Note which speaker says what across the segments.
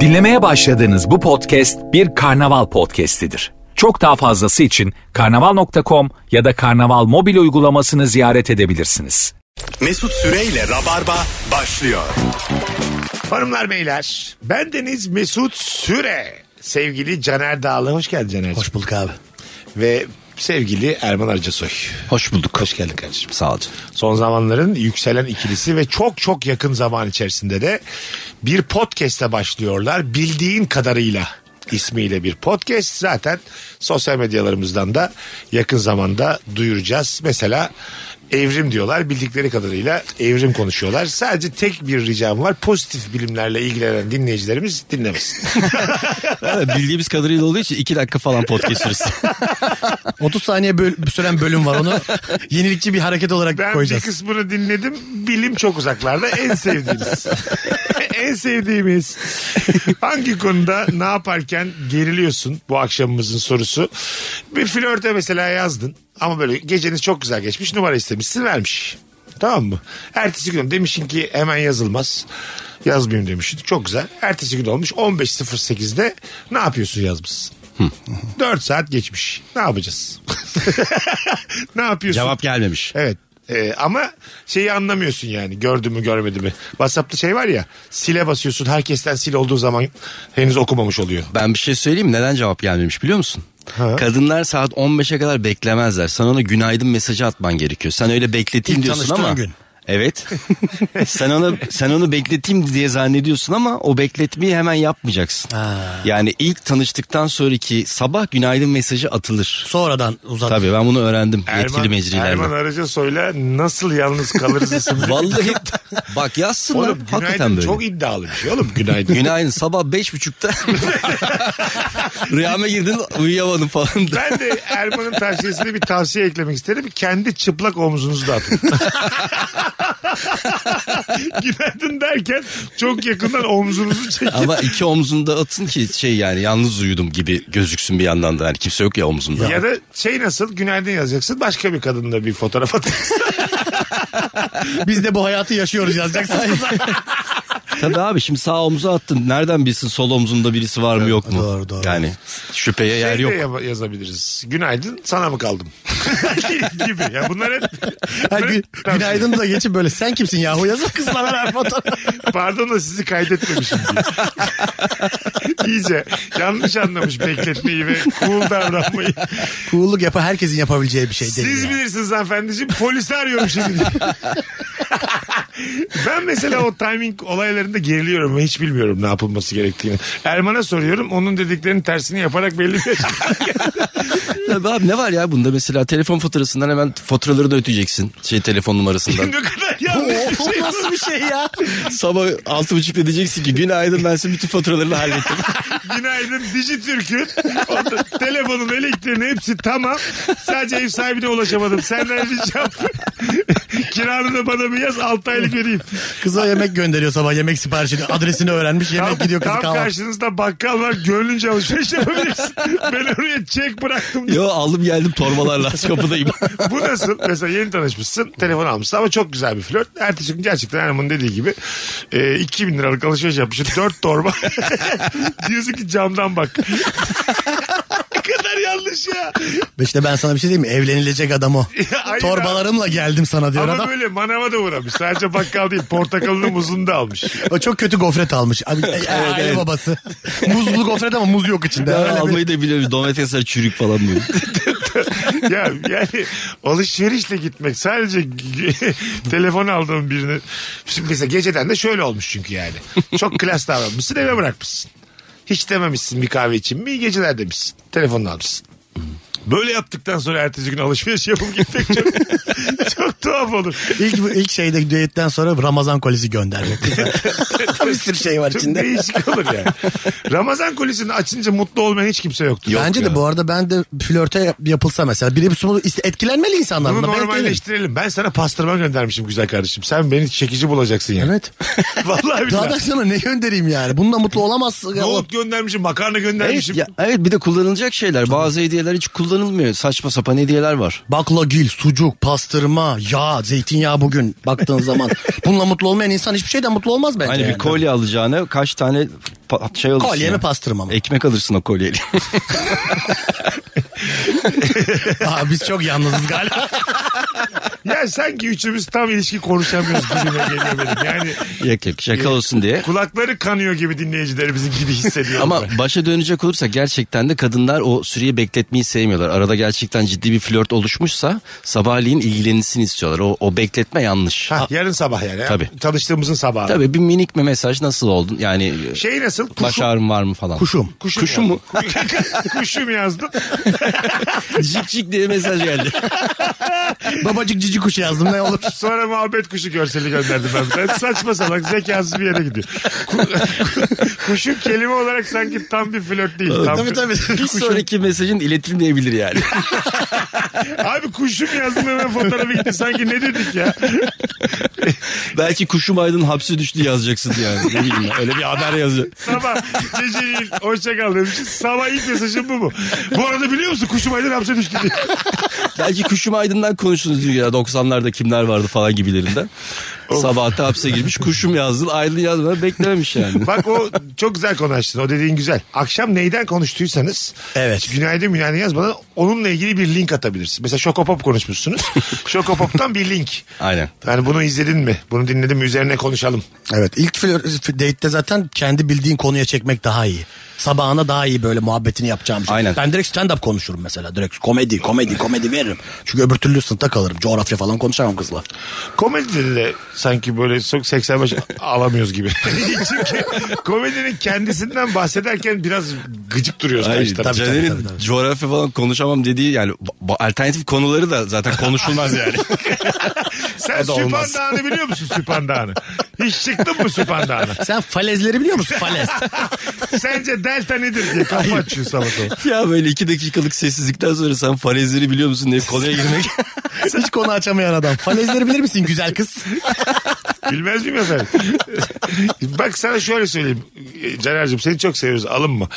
Speaker 1: Dinlemeye başladığınız bu podcast bir karnaval podcastidir. Çok daha fazlası için karnaval.com ya da karnaval mobil uygulamasını ziyaret edebilirsiniz.
Speaker 2: Mesut Süreyle Rabarba başlıyor.
Speaker 3: Hanımlar beyler ben Deniz Mesut Süre. Sevgili Caner Dağlı hoş geldin Caner.
Speaker 4: Hoş bulduk abi.
Speaker 3: Ve sevgili Erman Arcasoy.
Speaker 4: Hoş bulduk.
Speaker 3: Hoş geldin kardeşim.
Speaker 4: Sağ ol.
Speaker 3: Son zamanların yükselen ikilisi ve çok çok yakın zaman içerisinde de bir podcast'e başlıyorlar. Bildiğin kadarıyla ismiyle bir podcast. Zaten sosyal medyalarımızdan da yakın zamanda duyuracağız. Mesela evrim diyorlar. Bildikleri kadarıyla evrim konuşuyorlar. Sadece tek bir ricam var. Pozitif bilimlerle ilgilenen dinleyicilerimiz dinlemesin.
Speaker 5: Bildiğimiz kadarıyla olduğu için 2 dakika falan podcast süresi.
Speaker 4: 30 saniye böl- süren bölüm var onu yenilikçi bir hareket olarak
Speaker 3: Ben
Speaker 4: koyacağız.
Speaker 3: bir kısmını dinledim. Bilim çok uzaklarda. En sevdiğimiz. en sevdiğimiz. Hangi konuda ne yaparken geriliyorsun bu akşamımızın sorusu. Bir flörte mesela yazdın. Ama böyle geceniz çok güzel geçmiş. Numara istemişsin vermiş. Tamam mı? Ertesi gün demişsin ki hemen yazılmaz. Yazmayayım demişsin. Çok güzel. Ertesi gün olmuş 15.08'de ne yapıyorsun yazmışsın. 4 saat geçmiş. Ne yapacağız? ne yapıyorsun?
Speaker 5: Cevap gelmemiş.
Speaker 3: Evet. Ee, ama şeyi anlamıyorsun yani gördü mü görmedi mi. Whatsapp'ta şey var ya sile basıyorsun herkesten sil olduğu zaman henüz okumamış oluyor.
Speaker 5: Ben bir şey söyleyeyim mi? neden cevap gelmemiş biliyor musun?
Speaker 3: Ha.
Speaker 5: Kadınlar saat 15'e kadar beklemezler. Sana ona günaydın mesajı atman gerekiyor. Sen öyle bekleteyim
Speaker 4: İlk
Speaker 5: diyorsun
Speaker 4: tanıştığın
Speaker 5: ama.
Speaker 4: gün.
Speaker 5: Evet. sen onu sen onu bekleteyim diye zannediyorsun ama o bekletmeyi hemen yapmayacaksın. Yani ilk tanıştıktan sonraki sabah günaydın mesajı atılır.
Speaker 4: Sonradan uzat.
Speaker 5: Tabii ben bunu öğrendim yetkili
Speaker 3: Erman, Erman
Speaker 5: mecrilerden.
Speaker 3: Arıca Soy'la nasıl yalnız kalırız isimli.
Speaker 5: Vallahi bak yazsınlar.
Speaker 3: Oğlum
Speaker 5: Hakikaten
Speaker 3: günaydın
Speaker 5: böyle.
Speaker 3: çok iddialı bir şey oğlum günaydın.
Speaker 5: Günaydın sabah beş buçukta rüyama girdin uyuyamadım falan.
Speaker 3: Ben de Erman'ın tavsiyesine bir tavsiye eklemek isterim. Kendi çıplak omuzunuzu da atın. Günaydın derken çok yakından omzunuzu çekin.
Speaker 5: Ama iki omzunda atın ki şey yani yalnız uyudum gibi gözüksün bir yandan da. Yani kimse yok ya omzumda.
Speaker 3: Ya da şey nasıl günaydın yazacaksın başka bir kadınla bir fotoğraf atacaksın.
Speaker 4: Biz de bu hayatı yaşıyoruz yazacaksın.
Speaker 5: Tabii abi şimdi sağ omuza attın. Nereden bilsin sol omzunda birisi var mı yok mu?
Speaker 4: Doğru, doğru.
Speaker 5: Yani şüpheye yer
Speaker 3: Şey de
Speaker 5: yok.
Speaker 3: yap- yazabiliriz. Günaydın sana mı kaldım? gibi. Ya bunlar hep...
Speaker 4: Her gün,
Speaker 3: Tabii.
Speaker 4: günaydın da geçip böyle sen kimsin yahu yazın kızla beraber fotoğraf.
Speaker 3: Pardon da sizi kaydetmemişim diye. İyice yanlış anlamış bekletmeyi ve cool davranmayı.
Speaker 4: Cool'luk yapar herkesin yapabileceği bir şey değil.
Speaker 3: Siz
Speaker 4: ya.
Speaker 3: bilirsiniz hanımefendiciğim polisi arıyorum şimdi. diye. ben mesela o timing olaylarında geriliyorum ve hiç bilmiyorum ne yapılması gerektiğini. Erman'a soruyorum onun dediklerinin tersini yaparak belli bir
Speaker 5: Tabii abi ne var ya bunda mesela telefon faturasından hemen faturaları da öteceksin. Şey telefon numarasından.
Speaker 3: ne kadar yanlış bir şey.
Speaker 4: Bu nasıl bir şey ya?
Speaker 5: Sabah altı buçukta diyeceksin ki günaydın ben senin bütün faturalarını hallettim.
Speaker 3: Günaydın Dijitürk'ün Orada telefonun elektriğinin hepsi tamam. Sadece ev sahibine ulaşamadım. Senden ricam. Kiranı da bana bir yaz 6 aylık vereyim.
Speaker 4: Kıza yemek gönderiyor sabah yemek siparişini adresini öğrenmiş
Speaker 3: Tam,
Speaker 4: yemek gidiyor kızı
Speaker 3: tam
Speaker 4: kahvaltı.
Speaker 3: karşınızda bakkal var gönlünce alışveriş yapabilirsin. ben oraya çek bıraktım.
Speaker 5: Yo aldım geldim torbalarla kapıdayım.
Speaker 3: Bu nasıl? Mesela yeni tanışmışsın telefon almışsın ama çok güzel bir flört. Ertesi gün gerçekten Erman'ın dediği gibi e, 2000 liralık alışveriş yapmışsın. 4 torba. Diyorsun ki camdan bak. ne kadar yanlış ya.
Speaker 4: İşte ben sana bir şey diyeyim mi? Evlenilecek adam o.
Speaker 3: Ya, hayır
Speaker 4: Torbalarımla geldim sana diyor
Speaker 3: Ama
Speaker 4: adam.
Speaker 3: böyle manava da uğramış. Sadece bakkal değil portakalını muzunu da almış.
Speaker 4: O çok kötü gofret almış. Abi, e, aile
Speaker 5: evet.
Speaker 4: babası. Muzlu gofret ama muz yok içinde.
Speaker 5: Ben
Speaker 4: Öyle bir-
Speaker 5: almayı da biliyorum. Domatesler çürük falan böyle.
Speaker 3: ya yani alışverişle gitmek sadece telefon aldığım birini. Şimdi mesela geceden de şöyle olmuş çünkü yani. Çok klas davranmışsın eve bırakmışsın. Hiç dememişsin bir kahve için mi iyi geceler demişsin. Telefonunu almışsın. Böyle yaptıktan sonra ertesi gün alışveriş yapıp gitmek çok, çok tuhaf olur.
Speaker 4: İlk, ilk şeyde düetten sonra Ramazan kolisi göndermek. bir sürü şey var
Speaker 3: Çok
Speaker 4: içinde.
Speaker 3: değişik olur yani. Ramazan kulisini açınca mutlu olmayan hiç kimse yoktur.
Speaker 4: Bence de bu arada ben de flörte yap- yapılsa mesela biri bu bunu iste- etkilenmeli insanlar.
Speaker 3: Bunu
Speaker 4: bundan. Ben etkilenmedim.
Speaker 3: normalleştirelim. Ben sana pastırma göndermişim güzel kardeşim. Sen beni çekici bulacaksın yani.
Speaker 4: Evet.
Speaker 3: Vallahi
Speaker 4: Daha
Speaker 3: billahi.
Speaker 4: ben sana ne göndereyim yani? Bununla mutlu olamazsın.
Speaker 3: Nohut göndermişim, makarna
Speaker 5: Evet,
Speaker 3: göndermişim.
Speaker 5: ya, evet bir de kullanılacak şeyler. Bazı hediyeler hiç kullanılmıyor. Saçma sapan hediyeler var.
Speaker 4: Baklagil, sucuk, pastırma, yağ, zeytinyağı bugün baktığın zaman. Bununla mutlu olmayan insan hiçbir şeyden mutlu olmaz bence.
Speaker 5: Hani
Speaker 4: yani.
Speaker 5: bir kolye alacağına kaç tane pa- şey alırsın.
Speaker 4: Kolye
Speaker 5: ya.
Speaker 4: mi pastırma mı?
Speaker 5: Ekmek alırsın o kolyeyle.
Speaker 4: Aa, biz çok yalnızız galiba.
Speaker 3: Ya sanki üçümüz tam ilişki konuşamıyoruz gibime geliyor benim. Yani
Speaker 5: yok yok şaka olsun diye.
Speaker 3: kulakları kanıyor gibi dinleyicilerimizin gibi hissediyorum.
Speaker 5: Ama
Speaker 3: ben.
Speaker 5: başa dönecek olursak gerçekten de kadınlar o süreyi bekletmeyi sevmiyorlar. Arada gerçekten ciddi bir flört oluşmuşsa sabahleyin ilgilenilsin istiyorlar. O, o bekletme yanlış.
Speaker 3: Ha, yarın sabah yani.
Speaker 5: Tabii.
Speaker 3: Tanıştığımızın sabahı.
Speaker 5: Tabii bir minik mi mesaj nasıl oldun? Yani
Speaker 3: Şey nasıl? Kuşum.
Speaker 5: baş ağrın var mı falan.
Speaker 4: Kuşum.
Speaker 3: Kuşum,
Speaker 5: Kuşum mu?
Speaker 3: yazdım. Kuşum yazdım.
Speaker 5: Cik cik diye mesaj geldi.
Speaker 4: Babacık cici kuş yazdım ne olur.
Speaker 3: Sonra muhabbet kuşu görseli gönderdim ben. ben saçma salak zekasız bir yere gidiyor. Ku- Kuşun kelime olarak sanki tam bir flört değil. Tam
Speaker 4: tabii
Speaker 3: bir-
Speaker 4: tabii.
Speaker 5: bir sonraki mesajın iletilmeyebilir yani.
Speaker 3: Abi kuşum yazdım hemen fotoğrafı gitti. Sanki ne dedik ya?
Speaker 5: Belki kuşum aydın hapse düştü yazacaksın yani. Ne bileyim ben, Öyle bir haber yazıyor.
Speaker 3: Sabah Cecil hoşçakal demişiz. Sabah ilk mesajım bu mu? Bu arada biliyor musun kuşum aydın hapse düştü diye.
Speaker 5: Belki kuşum aydından konuştunuz diyor ya 90'larda kimler vardı falan gibilerinden. Sabahta hapse girmiş kuşum yazdın aydın yazmadan beklememiş yani.
Speaker 3: Bak o çok güzel konu açtın. O dediğin güzel. Akşam neyden konuştuysanız
Speaker 4: Evet.
Speaker 3: günaydın günaydın yazmadan onunla ilgili bir link atabilirsin. Mesela Şokopop konuşmuşsunuz. Şokopop'tan bir link.
Speaker 5: Aynen.
Speaker 3: Yani bunu izledin mi? Bunu dinledin mi? Üzerine konuşalım.
Speaker 4: Evet ilk flört date'de zaten kendi bildiğin konuya çekmek daha iyi. Sabahına daha iyi böyle muhabbetini yapacağım şey.
Speaker 5: Aynen.
Speaker 4: Ben direkt stand up konuşurum mesela. Direkt komedi komedi komedi veririm. Çünkü öbür türlü sınıfta kalırım. Coğrafya falan konuşamam kızla.
Speaker 3: Komedide de sanki böyle çok 85 alamıyoruz gibi. Çünkü komedinin kendisinden bahsederken biraz gıcık duruyoruz.
Speaker 5: Hayır,
Speaker 3: karşı taraf.
Speaker 5: Caner'in coğrafya falan konuşamam dediği yani bu- bu alternatif konuları da zaten konuşulmaz yani.
Speaker 3: Sen
Speaker 4: da
Speaker 3: Süphan
Speaker 4: olmaz.
Speaker 3: Dağı'nı biliyor musun Süphan Dağı'nı? Hiç çıktın mı Süphan Dağı'na?
Speaker 4: Sen falezleri biliyor musun? Falez.
Speaker 3: Sence delta nedir diye kafa açıyor sabah sabah.
Speaker 5: ya böyle iki dakikalık sessizlikten sonra sen falezleri biliyor musun diye konuya girmek.
Speaker 4: Hiç konu açamayan adam. Falezleri bilir misin güzel kız?
Speaker 3: Bilmez miyim efendim? Bak sana şöyle söyleyeyim. Caner'cim seni çok seviyoruz alınma.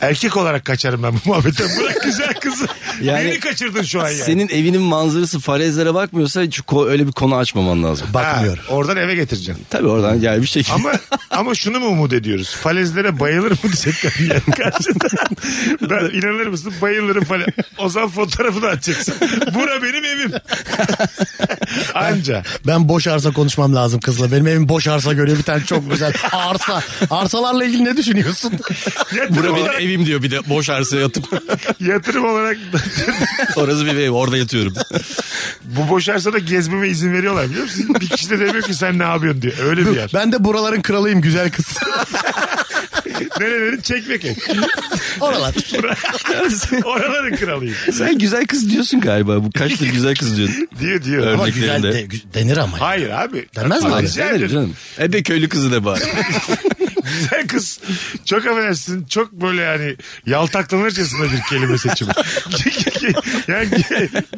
Speaker 3: Erkek olarak kaçarım ben bu muhabbetten. Bırak güzel kızı.
Speaker 5: Yani-
Speaker 3: Beni kaçırdın şu an yani.
Speaker 5: Senin evinin manzarası falezlere bakmıyorsa hiç ko- öyle bir konu açmaman lazım.
Speaker 3: Ha,
Speaker 4: Bakmıyor.
Speaker 3: oradan eve getireceksin.
Speaker 5: Tabii oradan yani bir şekilde.
Speaker 3: Ama ama şunu mu umut ediyoruz? Falezlere bayılır mı diyecekler yani karşıdan. Ben inanır mısın bayılırım falan. O zaman fotoğrafı da atacaksın. Bura benim evim. Anca.
Speaker 4: Ben boş arsa konuşmam lazım kızla. Benim evim boş arsa görüyor bir tane çok güzel arsa. Arsalarla ilgili ne düşünüyorsun?
Speaker 3: Yatırım,
Speaker 5: Bura benim
Speaker 3: olarak,
Speaker 5: evim diyor bir de boş arsaya yatıp.
Speaker 3: yatırım olarak
Speaker 5: Orası bir ev orada yatıyorum.
Speaker 3: bu boşarsa da gezmeme izin veriyorlar biliyor musun? Bir kişi de demiyor ki sen ne yapıyorsun diye. Öyle bir yer.
Speaker 4: Ben de buraların kralıyım güzel kız.
Speaker 3: Nereleri çekmek et.
Speaker 4: Oralar.
Speaker 3: Oraların kralıyım.
Speaker 5: Sen güzel kız diyorsun galiba. Bu kaçtır güzel kız diyorsun.
Speaker 3: Diyor diyor.
Speaker 5: Evet.
Speaker 4: Ama güzel de,
Speaker 5: Örneklerinde.
Speaker 4: gü- denir ama. ya.
Speaker 3: Hayır abi.
Speaker 4: Denmez mi
Speaker 3: Abi,
Speaker 4: öyle?
Speaker 3: güzeldir.
Speaker 5: Denir canım. E de köylü kızı da bari.
Speaker 3: Güzel kız çok affedersin çok böyle yani yaltaklanırcasına bir kelime seçimi. yani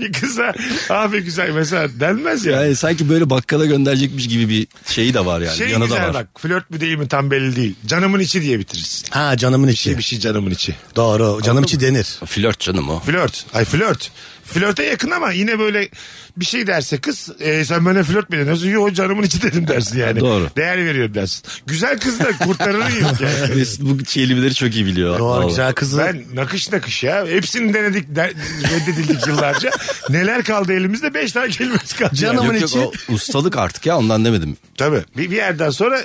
Speaker 3: bir kıza abi güzel mesela denmez ya.
Speaker 5: Yani sanki böyle bakkala gönderecekmiş gibi bir şeyi de var yani.
Speaker 3: şey
Speaker 5: Yanı da
Speaker 3: güzel
Speaker 5: var.
Speaker 3: bak flört mü değil mi tam belli değil. Canımın içi diye bitiririz.
Speaker 4: Ha canımın içi.
Speaker 3: Bir şey canımın içi.
Speaker 4: Doğru canım içi denir.
Speaker 5: Flört canım o.
Speaker 3: Flört. Ay flört. Flörte yakın ama yine böyle bir şey derse kız e, sen bana flört mü dedin? Dersin, Yo canımın içi dedim dersin yani.
Speaker 5: Doğru.
Speaker 3: Değer veriyorum dersin. Güzel kız da kurtarır yok yani.
Speaker 5: Mesut bu kelimeleri çok iyi biliyor.
Speaker 4: Doğru
Speaker 5: Vallahi.
Speaker 4: güzel kızı.
Speaker 3: Ben nakış nakış ya. Hepsini denedik, der- reddedildik yıllarca. Neler kaldı elimizde? Beş tane kelimemiz kaldı.
Speaker 4: Canım- hani
Speaker 3: Yani.
Speaker 5: Yok yok o ustalık artık ya ondan demedim.
Speaker 3: Tabii. Bir, bir yerden sonra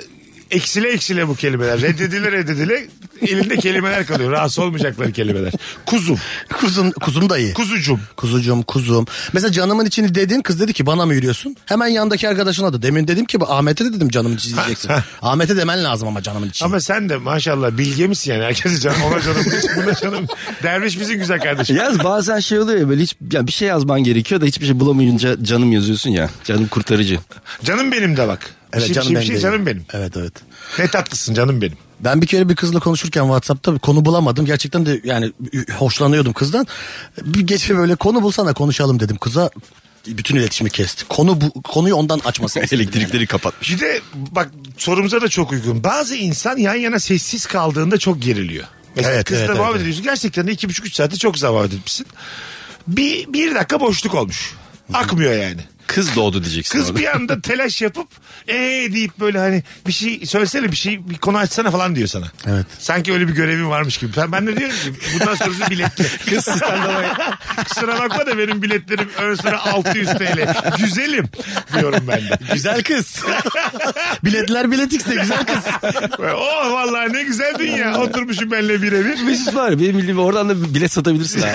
Speaker 3: eksile eksile bu kelimeler. Reddedile reddedile elinde kelimeler kalıyor. Rahatsız olmayacakları kelimeler. Kuzum,
Speaker 4: Kuzum, kuzum da iyi.
Speaker 3: kuzucum.
Speaker 4: Kuzucum kuzum. Mesela canımın içini dedin kız dedi ki bana mı yürüyorsun? Hemen yandaki arkadaşına da. Demin dedim ki bu Ahmet'e de dedim canımın içi diyeceksin. Ahmet'e demen lazım ama canımın içi.
Speaker 3: Ama sen de maşallah bilge misin yani? Herkesi canım, ona canım, buna canım. Derviş bizim güzel kardeşim.
Speaker 5: Yaz bazen şey oluyor ya böyle hiç ya bir şey yazman gerekiyor da hiçbir şey bulamayınca canım yazıyorsun ya. Canım kurtarıcı.
Speaker 3: Canım benim de bak.
Speaker 4: Evet
Speaker 3: Şim-
Speaker 4: canım
Speaker 3: şim-
Speaker 4: benim.
Speaker 3: şim-
Speaker 4: dedi.
Speaker 3: şey canım benim.
Speaker 4: Evet evet.
Speaker 3: Ne tatlısın canım benim.
Speaker 4: Ben bir kere bir kızla konuşurken WhatsApp'ta bir konu bulamadım. Gerçekten de yani hoşlanıyordum kızdan. Bir gece böyle konu bulsana konuşalım dedim kıza. Bütün iletişimi kesti. Konu bu, konuyu ondan açmasını istedim.
Speaker 5: Elektrikleri kapatmış.
Speaker 3: Bir de bak sorumuza da çok uygun. Bazı insan yan yana sessiz kaldığında çok geriliyor. Mesela
Speaker 4: Evet,
Speaker 3: kızla
Speaker 4: evet,
Speaker 3: muhabbet
Speaker 4: evet.
Speaker 3: ediyorsun. Gerçekten de iki buçuk üç saatte çok zaman etmişsin. Bir, bir dakika boşluk olmuş. Akmıyor yani.
Speaker 5: Kız doğdu diyeceksin.
Speaker 3: Kız
Speaker 5: orada.
Speaker 3: bir anda telaş yapıp ee deyip böyle hani bir şey söylesene bir şey bir konu açsana falan diyor sana.
Speaker 4: Evet.
Speaker 3: Sanki öyle bir görevim varmış gibi. Ben, ben de diyorum ki bundan sonrası biletli. Kız Kusura bakma da benim biletlerim ön sıra 600 TL. Güzelim diyorum ben de.
Speaker 4: Güzel kız. Biletler biletikse güzel kız.
Speaker 3: oh vallahi ne güzel dünya. Oturmuşum benle birebir.
Speaker 5: Mesut şey var benim bildiğim oradan da bilet satabilirsin. ha.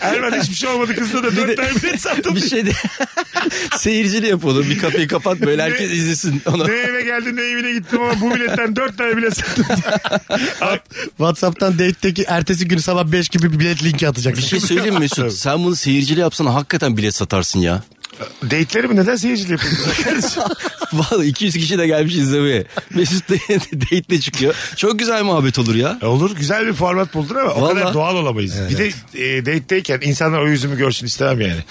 Speaker 3: Erman hiçbir şey olmadı kızda da dört tane bilet sattım.
Speaker 5: bir şey de seyircili yap onu. Bir kafeyi kapat böyle herkes
Speaker 3: Ne-
Speaker 5: izlesin onu.
Speaker 3: Ne eve geldi ne evine gittim ama bu biletten dört tane bilet sattım.
Speaker 4: Whatsapp'tan date'teki ertesi günü sabah 5 gibi bir bilet linki atacak.
Speaker 5: Bir şey söyleyeyim mi Mesut? Sen bunu seyircili yapsan hakikaten bilet satarsın ya.
Speaker 3: Date'leri mi neden seyircili yapıyorsun?
Speaker 5: Vallahi 200 kişi de gelmiş izlemeye. Mesut de date'le çıkıyor. Çok güzel muhabbet olur ya.
Speaker 3: E Olur güzel bir format buldun ama o
Speaker 5: Vallahi.
Speaker 3: kadar doğal olamayız. Bir de e, date'teyken insanlar o yüzümü görsün istemem yani.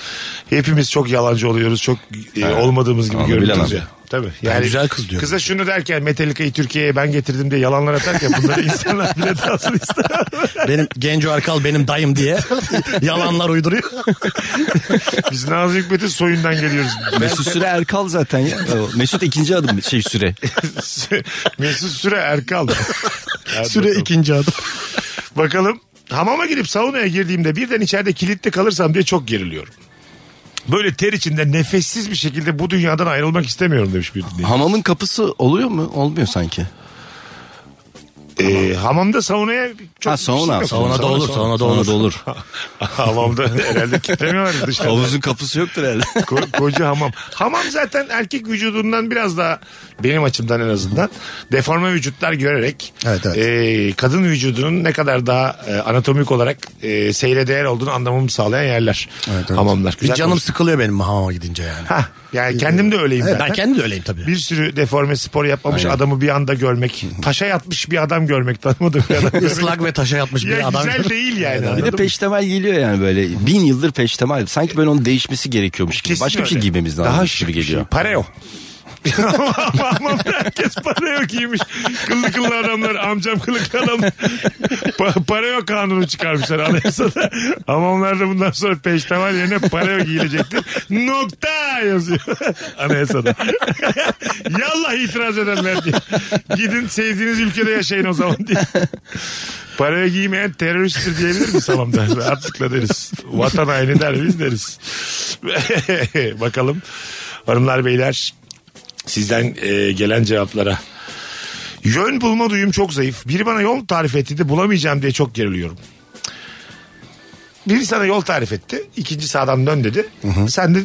Speaker 3: Hepimiz çok yalancı oluyoruz. Çok e, olmadığımız gibi
Speaker 5: Onu
Speaker 3: görünüyoruz
Speaker 5: bilemem.
Speaker 3: ya. Tabii. Yani
Speaker 4: güzel kız diyorum.
Speaker 3: Kıza şunu derken Metallica'yı Türkiye'ye ben getirdim diye yalanlar atarken bunları insanlar bile dalsın istemem.
Speaker 4: benim Genco Arkal benim dayım diye yalanlar uyduruyor.
Speaker 3: Biz Nazım Hikmet'in soyundan geliyoruz.
Speaker 5: Mesut Süre Erkal zaten ya. Mesut ikinci adım şey Süre.
Speaker 3: Mesut Süre Erkal. Hadi
Speaker 4: Süre
Speaker 3: bakalım.
Speaker 4: ikinci adım.
Speaker 3: Bakalım hamama girip saunaya girdiğimde birden içeride kilitli kalırsam diye çok geriliyorum. Böyle ter içinde nefessiz bir şekilde bu dünyadan ayrılmak istemiyorum demiş bir dinleyici.
Speaker 5: Hamamın kapısı oluyor mu? Olmuyor sanki.
Speaker 3: Ee, hamamda saunaya çok
Speaker 5: Ha sauna.
Speaker 3: bir şey yok.
Speaker 4: Sauna da olur, sauna da olur.
Speaker 5: olur.
Speaker 3: Hamamda herhalde kilitlemiyorlar dışarıda.
Speaker 5: Havuzun kapısı yoktur herhalde.
Speaker 3: Ko- koca hamam. Hamam zaten erkek vücudundan biraz daha benim açımdan en azından deforme vücutlar görerek
Speaker 4: Evet, evet.
Speaker 3: e, kadın vücudunun ne kadar daha e, anatomik olarak e, seyre değer olduğunu anlamamı sağlayan yerler. Hamamlar.
Speaker 4: Bir
Speaker 3: Güzel
Speaker 4: canım
Speaker 3: konuş-
Speaker 4: sıkılıyor benim hamama gidince yani.
Speaker 3: Ha, yani kendim de öyleyim
Speaker 4: Evet,
Speaker 3: zaten.
Speaker 4: ben kendim de öyleyim tabii.
Speaker 3: bir sürü deforme spor yapmamış adamı bir anda görmek. Taşa yatmış bir adam görmek tanımadığım bir adam görmek.
Speaker 4: Islak ve taşa yatmış
Speaker 3: Ya
Speaker 4: bir adam.
Speaker 3: güzel değil yani.
Speaker 5: Bir de
Speaker 3: anladın mı?
Speaker 5: peştemal geliyor yani böyle. Bin yıldır peştemal. Sanki böyle onun değişmesi gerekiyormuş gibi.
Speaker 3: Kesin
Speaker 5: Başka bir şey
Speaker 3: öyle.
Speaker 5: giymemiz lazım.
Speaker 3: Daha
Speaker 5: Daha şey.
Speaker 3: şık şey.
Speaker 5: gibi geliyor.
Speaker 3: Pareo. Ama herkes pareo giymiş. Kıllı kıllı adamlar, amcam kıllı adam. Pa- pareo kanunu çıkarmışlar anayasada. Ama onlar da bundan sonra peştemal yerine pareo giyilecektir. Nokta yazıyor anayasada. Yallah itiraz edenler diye. Gidin sevdiğiniz ülkede yaşayın o zaman diye. Pareo giymeyen teröristtir diyebilir mi salamda? Rahatlıkla deriz. Vatan haini der biz deriz. Bakalım hanımlar beyler sizden e, gelen cevaplara. Yön bulma duyum çok zayıf. Biri bana yol tarif etti de bulamayacağım diye çok geriliyorum. Biri sana yol tarif etti. ikinci sağdan dön dedi. Sen de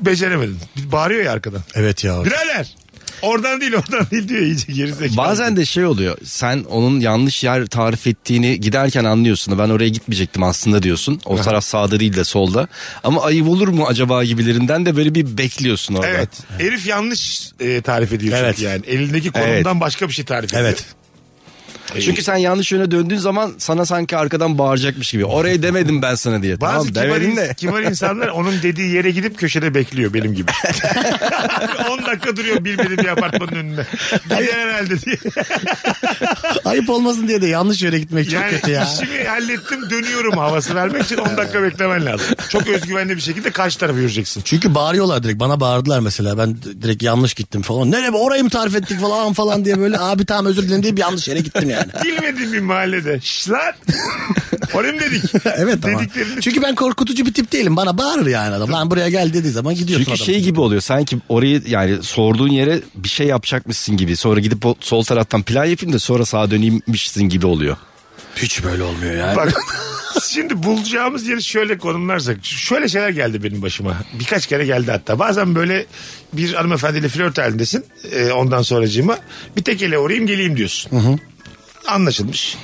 Speaker 3: beceremedin. Bir Bağırıyor ya arkadan.
Speaker 4: Evet ya.
Speaker 3: Birader oradan değil oradan değil diyor iyice gerizekalı.
Speaker 5: Bazen de şey oluyor. Sen onun yanlış yer tarif ettiğini giderken anlıyorsun. Ben oraya gitmeyecektim aslında diyorsun. O taraf sağda değil de solda. Ama ayıp olur mu acaba gibilerinden de böyle bir bekliyorsun orada.
Speaker 3: Evet. Herif yanlış e, tarif ediyor
Speaker 4: Evet.
Speaker 3: evet. yani. Elindeki konumdan başka bir şey tarif ediyor.
Speaker 4: Evet.
Speaker 5: Çünkü sen yanlış yöne döndüğün zaman sana sanki arkadan bağıracakmış gibi. Oraya demedim ben sana diye.
Speaker 3: Bazı
Speaker 5: tamam
Speaker 3: kibar,
Speaker 5: demedin
Speaker 3: ins-
Speaker 5: de.
Speaker 3: kibar insanlar onun dediği yere gidip köşede bekliyor benim gibi. 10 dakika duruyor bilmediğim bir apartmanın önünde. Gider herhalde diye.
Speaker 4: Ayıp olmasın diye de yanlış yere gitmek çok
Speaker 3: Yani
Speaker 4: kötü ya.
Speaker 3: işimi hallettim dönüyorum havası vermek için 10 dakika beklemen lazım. Çok özgüvenli bir şekilde karşı tarafa yürüyeceksin.
Speaker 4: Çünkü bağırıyorlar direkt. Bana bağırdılar mesela. Ben d- direkt yanlış gittim falan. Nereye orayı mı tarif ettik falan falan diye böyle abi tamam özür dilerim diye bir yanlış yere gittim yani.
Speaker 3: Bilmediğim bir mahallede. Şş lan. Oraya mı dedik?
Speaker 4: evet tamam.
Speaker 3: Dediklerini
Speaker 4: Çünkü ben korkutucu bir tip değilim. Bana bağırır yani adam. Lan buraya gel dediği zaman gidiyorsun
Speaker 5: Çünkü
Speaker 4: adam.
Speaker 5: şey gibi oluyor sanki orayı yani sorduğun yere bir şey yapacakmışsın gibi. Sonra gidip o sol taraftan plan yapayım da sonra sağa döneyimmişsin gibi oluyor.
Speaker 4: Hiç böyle olmuyor yani.
Speaker 3: Bak şimdi bulacağımız yeri şöyle konumlarsak. Şöyle şeyler geldi benim başıma. Birkaç kere geldi hatta. Bazen böyle bir hanımefendiyle flört halindesin. e, ondan sonracığıma. Bir tek ele uğrayayım geleyim diyorsun. Anlaşılmış.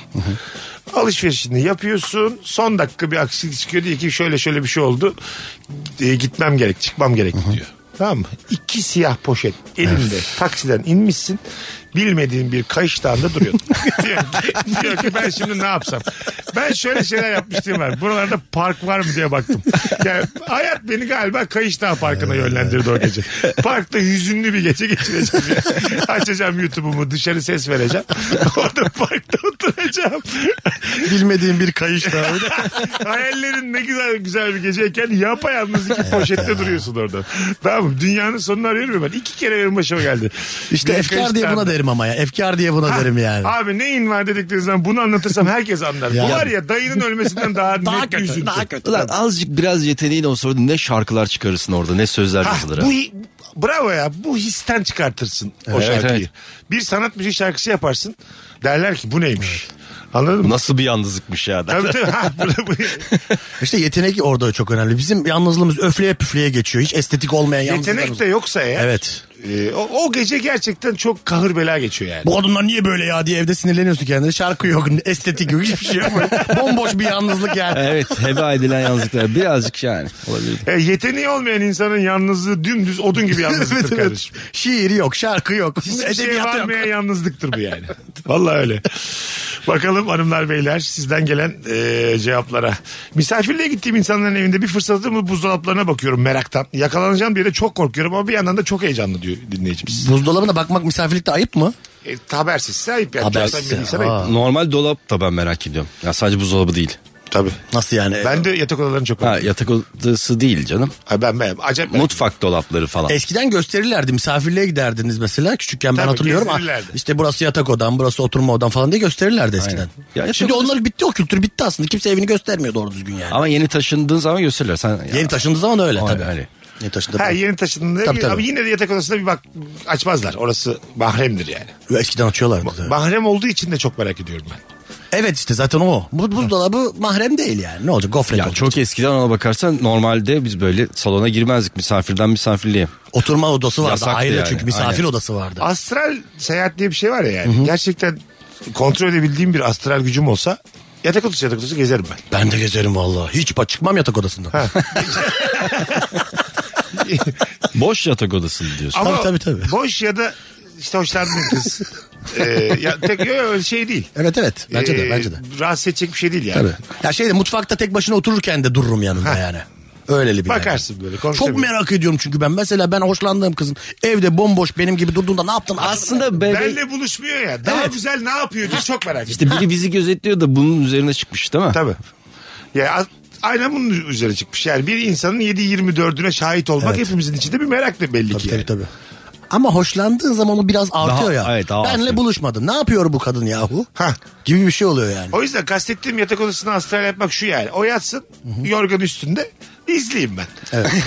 Speaker 3: Alışverişini yapıyorsun. Son dakika bir aksilik çıkıyor diye ki şöyle şöyle bir şey oldu. E, gitmem gerek çıkmam gerek diyor. Tamam mı? İki siyah poşet elinde taksiden inmişsin. bilmediğim bir kayıştan da duruyordum. diyor, ki, diyor ki ben şimdi ne yapsam? Ben şöyle şeyler yapmıştım var. Buralarda park var mı diye baktım. Yani hayat beni galiba Kayışdağ Parkı'na yönlendirdi o gece. Parkta hüzünlü bir gece geçireceğim. ya. Açacağım YouTube'umu dışarı ses vereceğim. Orada parkta oturacağım.
Speaker 4: Bilmediğim bir kayış daha.
Speaker 3: Hayallerin ne güzel güzel bir geceyken yapayalnız iki poşette duruyorsun orada. Tamam mı? Dünyanın sonunu arıyorum ben. İki kere benim başıma geldi.
Speaker 4: İşte
Speaker 3: Bir
Speaker 4: efkar diye
Speaker 3: Kayışdağ'da.
Speaker 4: buna derim ama ya. Efkar diye buna derim yani.
Speaker 3: Ah, Abi neyin var dedikleri zaman bunu anlatırsam herkes anlar.
Speaker 4: Ya.
Speaker 3: Bu var ya dayının ölmesinden daha,
Speaker 4: Daha
Speaker 3: net
Speaker 4: kötü,
Speaker 3: üzüntü.
Speaker 4: daha kötü.
Speaker 5: Ulan azıcık biraz yeteneğin olsa orada ne şarkılar çıkarırsın orada ne sözler
Speaker 3: Ah,
Speaker 5: yazılır.
Speaker 3: bu
Speaker 5: ha.
Speaker 3: hi- bravo ya bu histen çıkartırsın o
Speaker 5: Evet,
Speaker 3: şarkıyı.
Speaker 5: evet.
Speaker 3: Bir sanat müziği şarkısı yaparsın derler ki bu neymiş. Anladın mı?
Speaker 5: Nasıl bir yalnızlıkmış ya.
Speaker 3: Tabii tabii. Ha, bu- bu-
Speaker 4: İşte yetenek orada çok önemli. Bizim yalnızlığımız öfleye püfleye geçiyor. Hiç estetik olmayan
Speaker 3: Yetenek
Speaker 4: yalnızlığımız.
Speaker 3: de yoksa eğer.
Speaker 4: Evet.
Speaker 3: e, o, o gece gerçekten çok kahır bela geçiyor yani.
Speaker 4: Bu kadınlar niye böyle ya diye evde sinirleniyorsun kendine. Şarkı yok, estetik yok, hiçbir şey yok. Bomboş bir yalnızlık yani.
Speaker 5: Evet heba edilen yalnızlıklar birazcık yani olabilir.
Speaker 3: E, yeteneği olmayan insanın yalnızlığı dümdüz odun gibi
Speaker 4: Evet,
Speaker 3: yalnızlıktır
Speaker 4: evet.
Speaker 3: kardeşim.
Speaker 4: Şiiri yok, şarkı yok.
Speaker 3: Hiçbir şey
Speaker 4: Edebiyatı yok.
Speaker 3: varmayan yalnızlıktır bu yani. Vallahi öyle. Bakalım hanımlar beyler sizden gelen e, cevaplara. Misafirliğe gittiğim insanların evinde bir fırsatım mı buzdolaplarına bakıyorum meraktan. Yakalanacağım diye de çok korkuyorum ama bir yandan da çok heyecanlı diyor dinleyicimiz.
Speaker 4: Buzdolabına bakmak misafirlikte ayıp mı?
Speaker 3: E, habersizse ayıp yani.
Speaker 4: Habersiz
Speaker 3: Habersiz.
Speaker 4: ya.
Speaker 5: Ah.
Speaker 4: Aa.
Speaker 5: Normal dolap da ben merak ediyorum. Ya sadece buzdolabı değil.
Speaker 3: Tabii.
Speaker 4: Nasıl yani?
Speaker 3: Ben de yatak odalarını çok
Speaker 5: Ha,
Speaker 3: merak
Speaker 5: yatak odası değil canım.
Speaker 3: Ha, ben ben acayip merak-
Speaker 5: Mutfak dolapları falan.
Speaker 4: Eskiden gösterirlerdi misafirliğe giderdiniz mesela küçükken ben
Speaker 3: Tabii,
Speaker 4: hatırlıyorum Ah,
Speaker 3: gezdirirlerdi.
Speaker 4: işte burası yatak odam burası oturma odam falan diye gösterirlerdi eskiden.
Speaker 5: Ya yatak
Speaker 4: Şimdi
Speaker 5: odası-
Speaker 4: onlar bitti o kültür bitti aslında kimse evini göstermiyor doğru düzgün yani.
Speaker 5: Ama yeni taşındığın zaman gösterirler. Sen, ya,
Speaker 4: Yeni taşındığı zaman öyle
Speaker 5: Aynen,
Speaker 4: tabii.
Speaker 5: öyle.
Speaker 4: Yeni taşındığı
Speaker 3: Ha
Speaker 4: zaman.
Speaker 3: yeni taşındığında
Speaker 4: Tabii, tabii.
Speaker 3: ama yine de yatak odasına bir bak açmazlar. Orası bahremdir yani.
Speaker 4: Ve Eskiden açıyorlardı.
Speaker 3: Bahrem olduğu için de çok merak ediyorum ben.
Speaker 4: evet işte zaten o. Bu buzdolabı mahrem değil yani. Ne olacak? Gofret
Speaker 5: Ya
Speaker 4: olacak.
Speaker 5: çok eskiden ona bakarsan normalde biz böyle salona girmezdik misafirden misafirliğe.
Speaker 4: Oturma odası vardı.
Speaker 5: Yasaktı
Speaker 4: Ayrı
Speaker 5: yani,
Speaker 4: çünkü misafir
Speaker 5: aynen.
Speaker 4: odası vardı.
Speaker 3: Astral seyahat diye bir şey var ya yani. Gerçekten kontrol edebildiğim bir astral gücüm olsa yatak odası yatak odası gezerim ben.
Speaker 4: Ben de gezerim vallahi. Hiç pa- çıkmam yatak odasından.
Speaker 5: Boş yatak odası diyorsun.
Speaker 4: Ama- Tabii, tabii, tabii.
Speaker 3: boş ya da işte hoşlandığım kız. ee, ya, tek, yo, yo, öyle şey değil.
Speaker 4: Evet evet. Bence de
Speaker 3: Ee,
Speaker 4: bence de.
Speaker 3: Rahatsız edecek bir şey değil yani.
Speaker 4: Tabii. Ya şey de mutfakta tek başına otururken de dururum yanında yani. Öyleli bir
Speaker 3: Bakarsın
Speaker 4: yer.
Speaker 3: böyle,
Speaker 4: Çok
Speaker 3: konuşabilir.
Speaker 4: merak ediyorum çünkü ben. Mesela ben hoşlandığım kızın evde bomboş benim gibi durduğunda ne yaptın?
Speaker 5: Aslında bebek
Speaker 3: Benle buluşmuyor ya. Daha güzel ne yapıyor diye çok merak ettim.
Speaker 5: işte biri bizi gözetliyor da bunun üzerine çıkmış değil mi?
Speaker 3: Tabii. Ya a- aynen bunun üzerine çıkmış. Yani bir insanın 7-24'üne şahit olmak hepimizin içinde bir meraklı belli ki.
Speaker 4: Tabii,
Speaker 3: yani.
Speaker 4: tabii tabii. Ama hoşlandığın zaman o biraz artıyor ya.
Speaker 5: evet, daha
Speaker 4: Benle
Speaker 5: artıyor.
Speaker 4: buluşmadın. Ne yapıyor bu kadın yahu?
Speaker 3: Hah.
Speaker 4: Gibi bir şey oluyor yani.
Speaker 3: O yüzden kastettiğim yatak odasına astral yapmak şu yani. O yatsın yorgan üstünde izleyeyim ben.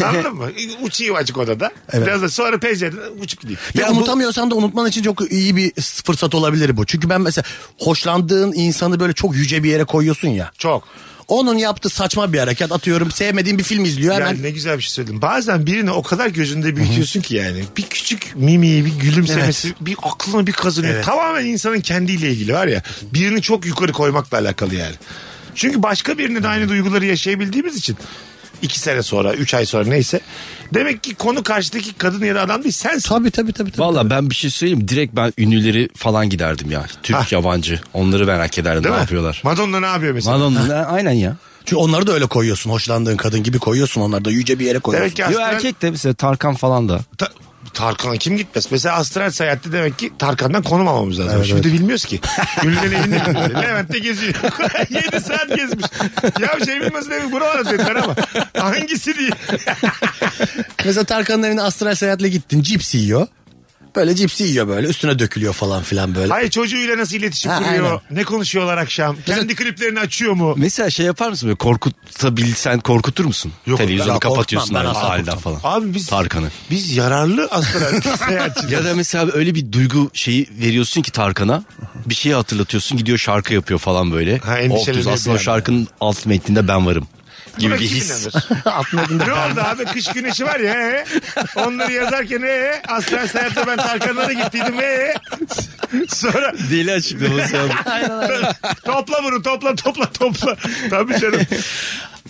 Speaker 3: Anladın mı? Uçayım açık odada. Biraz da sonra pencereden uçup gideyim.
Speaker 4: Ve
Speaker 5: Ya bu-
Speaker 4: unutamıyorsan da unutman için çok iyi bir fırsat olabilir bu. Çünkü ben mesela hoşlandığın insanı böyle çok yüce bir yere koyuyorsun ya.
Speaker 3: Çok.
Speaker 4: Onun yaptığı saçma bir hareket atıyorum. Sevmediğin bir film izliyor
Speaker 3: Yani
Speaker 4: hemen.
Speaker 3: ne güzel bir şey söyledin. Bazen birini o kadar gözünde büyütüyorsun ki yani. Bir küçük mimiği, bir gülümsemesi, bir aklını bir kazınıyor. Tamamen insanın kendiyle ilgili var ya. Birini çok yukarı koymakla alakalı yani. Çünkü başka birine de aynı duyguları yaşayabildiğimiz için. iki sene sonra, üç ay sonra neyse. Demek ki konu karşıdaki kadın ya da adam değil sensin.
Speaker 4: Tabii tabii tabii. tabii.
Speaker 5: Valla ben bir şey söyleyeyim mi? direkt ben ünlüleri falan giderdim ya. Türk
Speaker 3: Ha.
Speaker 5: yabancı onları merak ederdim
Speaker 3: Değil
Speaker 5: ne
Speaker 3: mi?
Speaker 5: yapıyorlar.
Speaker 3: Madonna ne yapıyor mesela?
Speaker 5: Madonna ne- aynen ya.
Speaker 4: Çünkü onları da öyle koyuyorsun. Hoşlandığın kadın gibi koyuyorsun. Onları da yüce bir yere koyuyorsun.
Speaker 3: Demek ki
Speaker 5: Yo
Speaker 3: astral...
Speaker 5: erkek de mesela Tarkan falan da.
Speaker 3: Ta- Tarkan'a kim gitmez? Mesela astral seyahatte demek ki Tarkan'dan konum almamız lazım. Şimdi bilmiyoruz ki. Ünlüden evinde bilmiyoruz. Levent'te geziyor. 7 saat gezmiş. Ya şey bilmez demek buralara dediler ama. Hangisi diye.
Speaker 4: Mesela Tarkan'ın evine astral seyahatle gittin. Cips yiyor. Böyle cipsi yiyor böyle. Üstüne dökülüyor falan filan böyle.
Speaker 3: Hayır çocuğuyla nasıl iletişim
Speaker 4: Ha,
Speaker 3: kuruyor?
Speaker 4: aynen.
Speaker 3: Ne konuşuyorlar akşam? Kendi kliplerini açıyor mu?
Speaker 5: Mesela şey yapar mısın böyle korkutabilsen korkutur musun?
Speaker 4: Yok,
Speaker 5: Televizyonu
Speaker 4: ben korkmam,
Speaker 5: kapatıyorsun
Speaker 4: ben
Speaker 5: arada
Speaker 4: asla
Speaker 5: halden
Speaker 4: korkmam.
Speaker 5: falan.
Speaker 3: Abi biz
Speaker 5: Tarkan'ı.
Speaker 3: biz yararlı astral seyahatçiler.
Speaker 5: Ya da mesela öyle bir duygu şeyi veriyorsun ki Tarkan'a bir şeyi hatırlatıyorsun gidiyor şarkı yapıyor falan böyle.
Speaker 3: Ha,
Speaker 5: oh
Speaker 3: endişeleniyor
Speaker 5: diyorsun,
Speaker 3: bir
Speaker 5: aslında o
Speaker 3: anda.
Speaker 5: şarkının alt metninde ben varım gibi
Speaker 3: Buna
Speaker 5: bir
Speaker 3: kim
Speaker 5: his.
Speaker 3: inanır? ne oldu abi? Kış güneşi var ya. He. Onları yazarken he. Astral seyahatte ben Tarkan'a da gittiydim. He. Sonra
Speaker 5: Deli açıklaması.
Speaker 3: topla bunu topla topla topla. Tabii canım.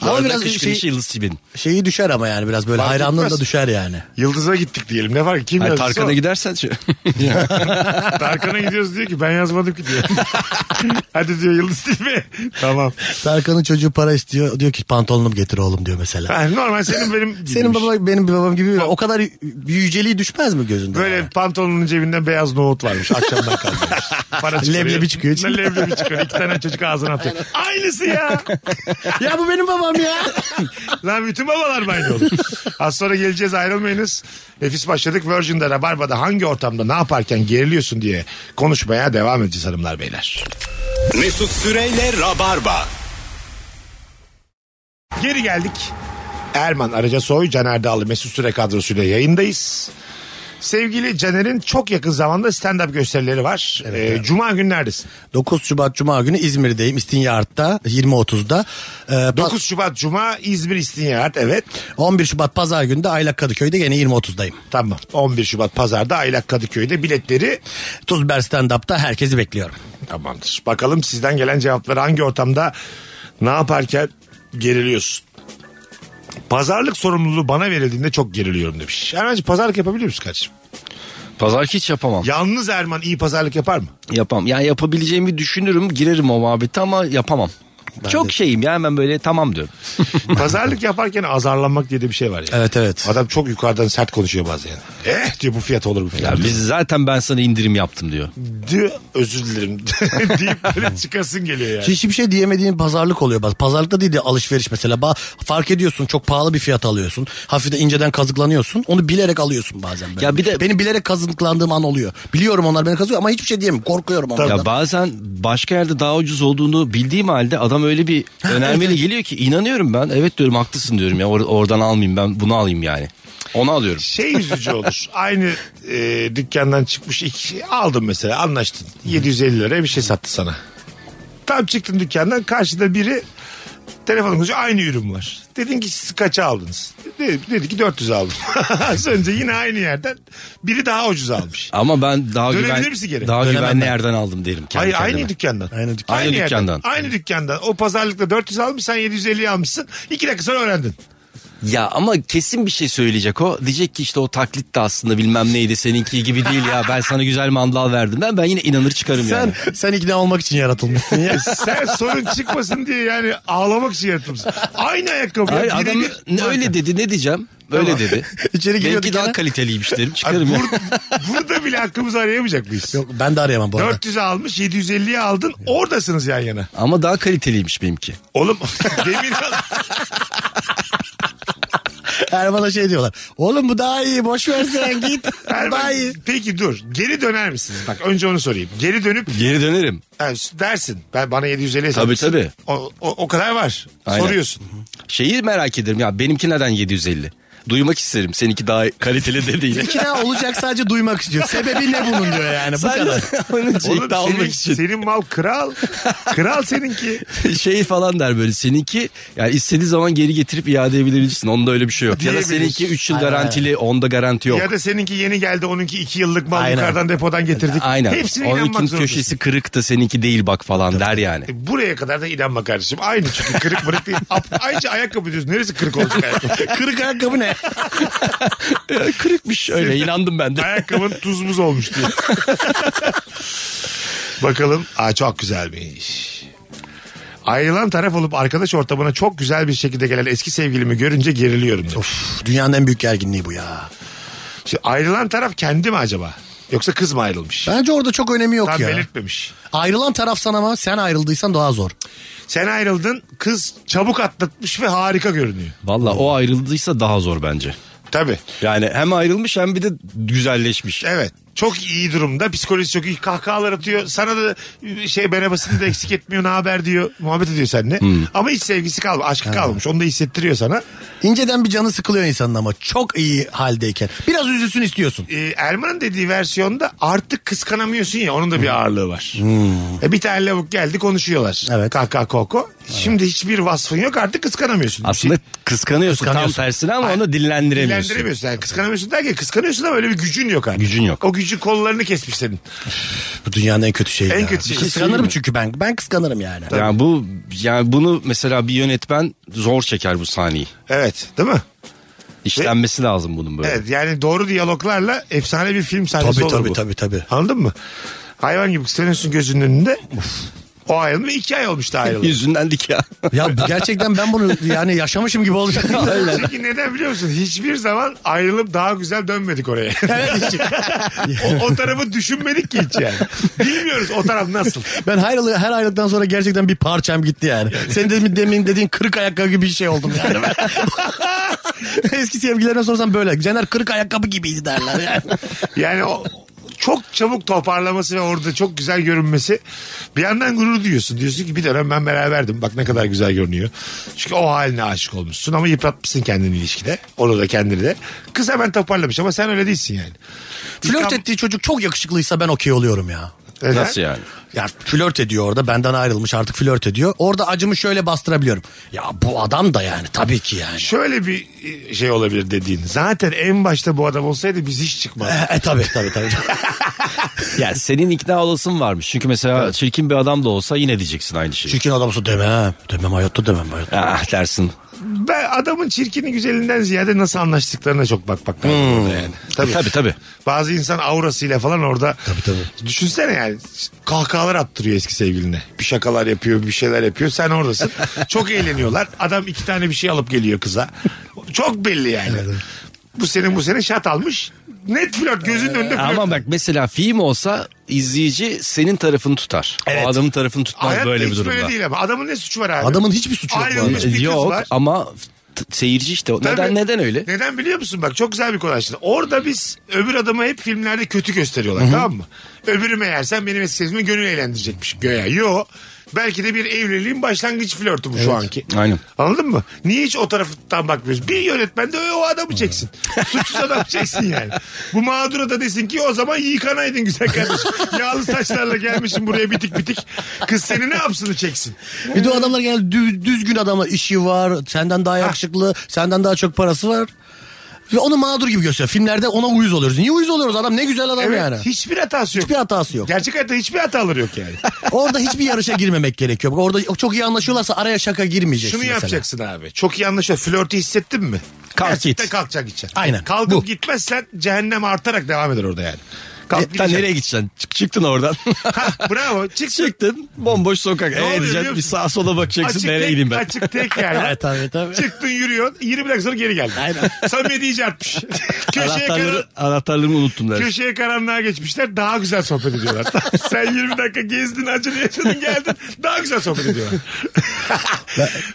Speaker 4: Ama
Speaker 5: Arada
Speaker 4: biraz
Speaker 5: kış
Speaker 4: şey-
Speaker 5: güneşi yıldız tipin.
Speaker 4: Şeyi düşer ama yani biraz böyle
Speaker 3: Fark
Speaker 4: hayranlığın
Speaker 3: etmez.
Speaker 4: da düşer yani.
Speaker 3: Yıldız'a gittik diyelim. Ne var ki? Kim
Speaker 5: Hayır,
Speaker 3: yazdıysa
Speaker 5: Tarkan'a
Speaker 3: o.
Speaker 5: gidersen şey- şu-
Speaker 3: Tarkan'a gidiyoruz diyor ki ben yazmadım ki diyor. Hadi diyor Yıldız değil mi? tamam.
Speaker 4: Tarkan'ın çocuğu para istiyor. Diyor ki pantolonumu getir oğlum diyor mesela.
Speaker 3: Ha, normal senin benim şey. gibiymiş.
Speaker 4: Senin baba benim babam gibi o kadar yüceliği düşmez mi gözünde?
Speaker 3: Böyle
Speaker 4: yani?
Speaker 3: pantolonunun cebinden beyaz nohut varmış. Akşamdan kalmış. Para çıkarıyor.
Speaker 4: Leblebi çıkıyor içinden.
Speaker 3: Leblebi çıkıyor. İki tane çocuk ağzına atıyor. Aynısı ya.
Speaker 4: ya bu benim babam ya.
Speaker 3: Lan bütün babalar mı aynı olur. Az sonra geleceğiz ayrılmayınız. Nefis başladık. Virgin'de Rabarba'da hangi ortamda ne yaparken geriliyorsun diye konuşmaya devam edeceğiz hanımlar beyler.
Speaker 2: Mesut Süreyle Rabarba.
Speaker 3: Geri geldik. Erman Araca Soy, Caner Dağlı, Mesut Süre kadrosuyla yayındayız. Sevgili Caner'in çok yakın zamanda stand-up gösterileri var. Ee, Cuma günü neredesin?
Speaker 4: 9 Şubat Cuma günü İzmir'deyim. İstinyart'ta 20.30'da. Ee,
Speaker 3: 9 Şubat Cuma İzmir İstinyehat evet.
Speaker 4: 11 Şubat Pazar günü de Aylak Kadıköy'de yine 20.30'dayım.
Speaker 3: Tamam 11 Şubat Pazar'da Aylak Kadıköy'de biletleri
Speaker 4: Tuzber Stand Up'ta herkesi bekliyorum.
Speaker 3: tamamdır. Bakalım sizden gelen cevapları hangi ortamda ne yaparken geriliyorsun? Pazarlık sorumluluğu bana verildiğinde çok geriliyorum demiş. Erman'cığım pazarlık yapabiliyor musun kardeşim?
Speaker 5: Pazar hiç yapamam.
Speaker 3: Yalnız Erman iyi pazarlık yapar mı?
Speaker 5: Yapamam. Yani yapabileceğimi düşünürüm girerim o muhabbete ama yapamam. Çok şeyim ya hemen böyle tamam diyorum.
Speaker 3: Pazarlık yaparken azarlanmak diye de bir şey var ya.
Speaker 4: Evet, evet.
Speaker 3: Adam çok yukarıdan sert konuşuyor bazen. Eh diyor bu fiyat olur bu fiyat.
Speaker 5: Ya
Speaker 3: olur.
Speaker 5: biz zaten ben sana indirim yaptım diyor.
Speaker 3: diyor özür dilerim deyip böyle çıkasın geliyor yani.
Speaker 4: Hiçbir şey diyemediğin pazarlık oluyor. Bak, Pazarlıkta değil de alışveriş mesela. Ba- fark ediyorsun çok pahalı bir fiyat alıyorsun. Hafif de inceden kazıklanıyorsun. Onu bilerek alıyorsun bazen. böyle.
Speaker 5: Ya bir de-
Speaker 4: Benim bilerek kazıklandığım an oluyor. Biliyorum onlar beni kazıyor ama hiçbir şey diyemem. Korkuyorum onlardan.
Speaker 5: Ya bazen başka yerde daha ucuz olduğunu bildiğim halde adam öyle bir önermeyle geliyor ki inanıyorum ben. Evet diyorum haklısın diyorum ya or- oradan almayayım ben bunu alayım yani. Onu alıyorum.
Speaker 3: Şey üzücü olur. Aynı e, dükkandan çıkmış iki aldım mesela anlaştın. 750 liraya bir şey sattı sana. Tam çıktın dükkandan karşıda biri telefon konuşuyor aynı ürün var. Dedin ki siz kaça aldınız? Dedi, dedi ki 400 aldım. Az önce yine aynı yerden biri daha ucuz almış.
Speaker 5: Ama ben daha
Speaker 3: Dönebilir
Speaker 5: güven,
Speaker 3: misin geri?
Speaker 5: daha
Speaker 4: Dönemem
Speaker 5: güvenli
Speaker 4: ben.
Speaker 5: yerden aldım derim. kendi
Speaker 3: Hayır aynı
Speaker 5: kendime.
Speaker 3: dükkandan.
Speaker 4: Aynı dükkan.
Speaker 5: Aynı
Speaker 3: yerden,
Speaker 5: dükkandan.
Speaker 3: Aynı dükkandan. O pazarlıkta 400 almış sen 750 almışsın. İki dakika sonra öğrendin.
Speaker 5: Ya ama kesin bir şey söyleyecek o. Diyecek ki işte o taklit de aslında bilmem neydi seninki gibi değil ya. Ben sana güzel mandal verdim. Ben ben yine inanır çıkarım yani.
Speaker 4: Sen, sen ikna olmak için yaratılmışsın ya.
Speaker 3: sen sorun çıkmasın diye yani ağlamak için yaratılmışsın. Aynı ayakkabı.
Speaker 5: Hayır
Speaker 3: Birebir
Speaker 5: adam ne
Speaker 3: marka.
Speaker 5: öyle dedi ne diyeceğim? Öyle dedi.
Speaker 4: İçeri giriyor
Speaker 5: Belki daha
Speaker 4: dükkana.
Speaker 5: kaliteliymiş derim
Speaker 3: Abi
Speaker 5: çıkarım ya.
Speaker 3: bur- burada bile hakkımızı arayamayacak mıyız?
Speaker 4: Yok ben de arayamam bu arada.
Speaker 3: 400 almış 750'ye aldın oradasınız yan yana.
Speaker 5: Ama daha kaliteliymiş benimki.
Speaker 3: Oğlum demin al-
Speaker 4: Erman'a şey diyorlar. Oğlum bu daha iyi boş ver sen git. Bu
Speaker 3: Erman,
Speaker 4: daha iyi.
Speaker 3: Peki dur geri döner misiniz? Bak önce onu sorayım. Geri dönüp
Speaker 5: Geri dönerim.
Speaker 3: yani dersin ben bana 750
Speaker 5: Tabii, tabii.
Speaker 3: O, o, o kadar var.
Speaker 5: Aynen.
Speaker 3: Soruyorsun.
Speaker 5: Şeyi merak ederim ya benimki neden 750? Duymak isterim seninki daha kaliteli de değil.
Speaker 4: İkna olacak sadece duymak istiyor. Sebebi ne bunun diyor yani bu kadar.
Speaker 5: Onun için
Speaker 3: Oğlum
Speaker 5: ikna
Speaker 3: senin,
Speaker 5: olmak için.
Speaker 3: senin mal kral. Kral seninki.
Speaker 5: Şey falan der böyle seninki yani istediği zaman geri getirip iade edebilirsin. Onda öyle bir şey yok. Ya da
Speaker 3: Diyebilir.
Speaker 5: seninki 3 yıl
Speaker 4: Aynen.
Speaker 5: garantili onda garanti yok.
Speaker 3: Ya da seninki yeni geldi onunki 2 yıllık mal
Speaker 4: Aynen.
Speaker 3: yukarıdan depodan getirdik.
Speaker 5: Aynen.
Speaker 3: Hepsine
Speaker 5: Onunkin
Speaker 3: inanmak zorundasın.
Speaker 5: köşesi kırık da seninki değil bak falan der yani.
Speaker 3: E, Buraya kadar da inanma kardeşim. Aynı çünkü kırık mırık değil. Ap- Ayrıca ayakkabı diyorsun. Neresi kırık olacak ayakkabı?
Speaker 4: Kırık ayakkabı ne?
Speaker 5: Kırıkmış öyle inandım ben de.
Speaker 3: Ayakkabın tuz muz olmuş diye. Bakalım. Aa, çok güzelmiş. Ayrılan taraf olup arkadaş ortamına çok güzel bir şekilde gelen eski sevgilimi görünce geriliyorum. demiş.
Speaker 4: Of, dünyanın en büyük gerginliği bu ya.
Speaker 3: Şimdi ayrılan taraf kendi mi acaba? Yoksa kız mı ayrılmış?
Speaker 4: Bence orada çok önemi yok
Speaker 3: Tam
Speaker 4: ya.
Speaker 3: belirtmemiş.
Speaker 4: Ayrılan taraf sana ama sen ayrıldıysan daha zor.
Speaker 3: Sen ayrıldın kız çabuk atlatmış ve harika görünüyor.
Speaker 5: Valla o ayrıldıysa daha zor bence.
Speaker 3: Tabii.
Speaker 5: Yani hem ayrılmış hem bir de güzelleşmiş.
Speaker 3: Evet. Çok iyi durumda. Psikolojisi çok iyi. Kahkahalar atıyor. Sana da şey benebasını da eksik etmiyor. Ne haber diyor. Muhabbet ediyor seninle.
Speaker 4: Hmm.
Speaker 3: Ama hiç sevgisi kalmamış. Aşkı kalmamış. Onu da hissettiriyor sana.
Speaker 4: İnceden bir canı sıkılıyor insanın ama çok iyi haldeyken. Biraz üzülsün istiyorsun.
Speaker 3: Ee, Erman'ın dediği versiyonda artık kıskanamıyorsun ya. Onun da bir ağırlığı var. E, bir tane lavuk geldi konuşuyorlar.
Speaker 4: Hmm. Evet.
Speaker 3: Kahkaha koko. Şimdi hiçbir vasfın yok. Artık kıskanamıyorsun. Bir
Speaker 5: Aslında
Speaker 3: şey
Speaker 5: kıskanıyorsun,
Speaker 4: Kıskanıyorsun.
Speaker 5: tam tersine ama onu dillendiremiyorsun.
Speaker 3: dillendiremiyorsun. Yani kıskanamıyorsun derken kıskanıyorsun ama öyle bir gücün yok artık.
Speaker 5: Gücün yok.
Speaker 3: O gücü gücü kollarını kesmiş senin.
Speaker 4: Bu dünyanın en kötü şeyi
Speaker 3: En
Speaker 4: ya.
Speaker 3: kötü şeyi.
Speaker 4: Kıskanırım çünkü ben. Ben kıskanırım yani.
Speaker 5: Yani bu yani bunu mesela bir yönetmen zor çeker bu sahneyi.
Speaker 3: Evet değil mi?
Speaker 5: İşlenmesi lazım bunun böyle.
Speaker 3: Evet yani doğru diyaloglarla efsane bir film sahnesi
Speaker 4: Tabii
Speaker 3: olur
Speaker 4: tabii
Speaker 3: bu.
Speaker 4: tabii tabii.
Speaker 3: Anladın mı? Hayvan gibi kıskanıyorsun gözünün önünde. O ayrılma iki ay olmuş da ayrılma.
Speaker 5: Yüzünden dik ya.
Speaker 4: Ya bu- gerçekten ben bunu yani yaşamışım gibi olacak.
Speaker 3: Çünkü neden biliyor musun? Hiçbir zaman ayrılıp daha güzel dönmedik oraya. o, o tarafı düşünmedik ki hiç yani. Bilmiyoruz o taraf nasıl.
Speaker 4: ben her, aylık- her aylıktan sonra gerçekten bir parçam gitti yani. Senin demin, demin dediğin kırık ayakkabı gibi bir şey oldum yani. ben. Eski sevgilerine sorsam böyle. Cener kırık ayakkabı gibiydi derler yani.
Speaker 3: Yani o çok çabuk toparlaması ve orada çok güzel görünmesi bir yandan gurur duyuyorsun. Diyorsun ki bir dönem ben beraberdim bak ne kadar güzel görünüyor. Çünkü o haline aşık olmuşsun ama yıpratmışsın kendini ilişkide. Onu da kendini de. Kız hemen toparlamış ama sen öyle değilsin yani.
Speaker 4: Flört
Speaker 3: İlkan-
Speaker 4: ettiği çocuk çok yakışıklıysa ben okey oluyorum ya.
Speaker 3: Neden?
Speaker 5: Nasıl yani?
Speaker 4: Ya flört ediyor orada benden ayrılmış artık flört ediyor. Orada acımı şöyle bastırabiliyorum. Ya bu adam da yani tabii ki yani.
Speaker 3: Şöyle bir şey olabilir dediğin. Zaten en başta bu adam olsaydı biz hiç çıkmazdık.
Speaker 4: E, e tabii tabii tabii.
Speaker 5: Yani senin ikna olasın varmış. Çünkü mesela çirkin bir adam da olsa yine diyeceksin aynı şeyi.
Speaker 4: Çirkin adamsın demem. Demem hayatta demem hayatta.
Speaker 5: Ah dersin.
Speaker 3: Ben adamın çirkini güzelinden ziyade nasıl anlaştıklarına çok bakmak lazım orada yani.
Speaker 5: Tabii Hmm. E, tabii.
Speaker 3: Bazı insan aurasıyla falan orada.
Speaker 4: Tabii, tabii.
Speaker 3: Düşünsene yani kahkahalar attırıyor eski sevgiline. Bir şakalar yapıyor bir şeyler yapıyor sen oradasın. çok eğleniyorlar. Adam iki tane bir şey alıp geliyor kıza. Çok belli yani. Bu senin bu sene şat almış. Net flört
Speaker 4: Ee,
Speaker 3: gözünün önünde flört.
Speaker 5: Ama bak mesela film olsa izleyici senin tarafını tutar.
Speaker 3: Evet.
Speaker 5: O adamın tarafını tutmaz
Speaker 3: Hayatta
Speaker 5: böyle bir
Speaker 3: hiç
Speaker 5: durumda.
Speaker 3: böyle değil ama adamın ne suçu var abi?
Speaker 4: Adamın hiçbir suçu yok bu
Speaker 3: Ayrılmış
Speaker 4: arada.
Speaker 3: bir kız
Speaker 5: Yok
Speaker 3: var.
Speaker 5: ama t- seyirci işte. o.
Speaker 3: Tabii.
Speaker 5: Neden neden öyle?
Speaker 3: Neden biliyor musun? Bak çok güzel bir konu açtın. Orada biz öbür adamı hep filmlerde kötü gösteriyorlar tamam mı? Öbürü meğersem benim eski sevgilimi gönül eğlendirecekmiş. Göya yo. Belki de bir evliliğin başlangıç flörtü bu şu anki.
Speaker 5: Aynen.
Speaker 3: Anladın mı? Niye hiç o taraftan bakmıyoruz? Bir yönetmen de o adamı çeksin. Suçsuz adam çeksin yani. Bu mağdura da desin ki o zaman yıkanaydın güzel kardeşim. Yağlı saçlarla gelmişsin buraya bitik bitik. Kız seni ne yapsını çeksin.
Speaker 4: Bir de o adamlar genelde düz, düzgün adama işi var. Senden daha yakışıklı, senden daha çok parası var. Ve onu mağdur gibi gösteriyor. Filmlerde ona uyuz oluyoruz. Niye uyuz oluyoruz adam? Ne güzel adam
Speaker 3: Evet,
Speaker 4: yani.
Speaker 3: hiçbir hatası yok.
Speaker 4: Hiçbir hatası yok.
Speaker 3: Gerçek hayatta hiçbir hataları yok yani.
Speaker 4: Orada hiçbir yarışa girmemek gerekiyor. Bak Orada çok iyi anlaşıyorlarsa araya şaka girmeyeceksin
Speaker 3: Şunu
Speaker 4: mesela.
Speaker 3: yapacaksın abi. Çok iyi anlaşıyor. Flörtü hissettin mi?
Speaker 5: Kalk
Speaker 3: Gerçekten
Speaker 5: git.
Speaker 3: kalkacak gideceksin.
Speaker 4: Aynen,
Speaker 3: Kalkıp
Speaker 4: bu.
Speaker 3: gitmezsen cehennem artarak devam eder orada yani. Kalk
Speaker 5: E, lan
Speaker 3: gideceksin.
Speaker 5: nereye gideceksin? Çık, çıktın oradan.
Speaker 3: Hah, bravo. Çık
Speaker 5: çıktın bomboş sokak.
Speaker 3: oluyor
Speaker 5: E
Speaker 3: biliyor
Speaker 5: diyeceksin
Speaker 3: musun?
Speaker 5: bir sağa sola bakacaksın.
Speaker 3: Açık
Speaker 5: nereye
Speaker 3: tek,
Speaker 5: gideyim ben?
Speaker 3: Açık tek yani.
Speaker 4: Evet, tabii, tabii.
Speaker 3: Çıktın yürüyorsun. 20 dakika sonra geri geldin. Aynen. Samimiyeti iyice artmış. köşeye, karan,
Speaker 5: Anahtarları, anahtarlarımı unuttum dersin.
Speaker 3: köşeye karanlığa geçmişler. Daha güzel sohbet ediyorlar. Sen 20 dakika gezdin, acını yaşadın, geldin. Daha güzel sohbet ediyorlar.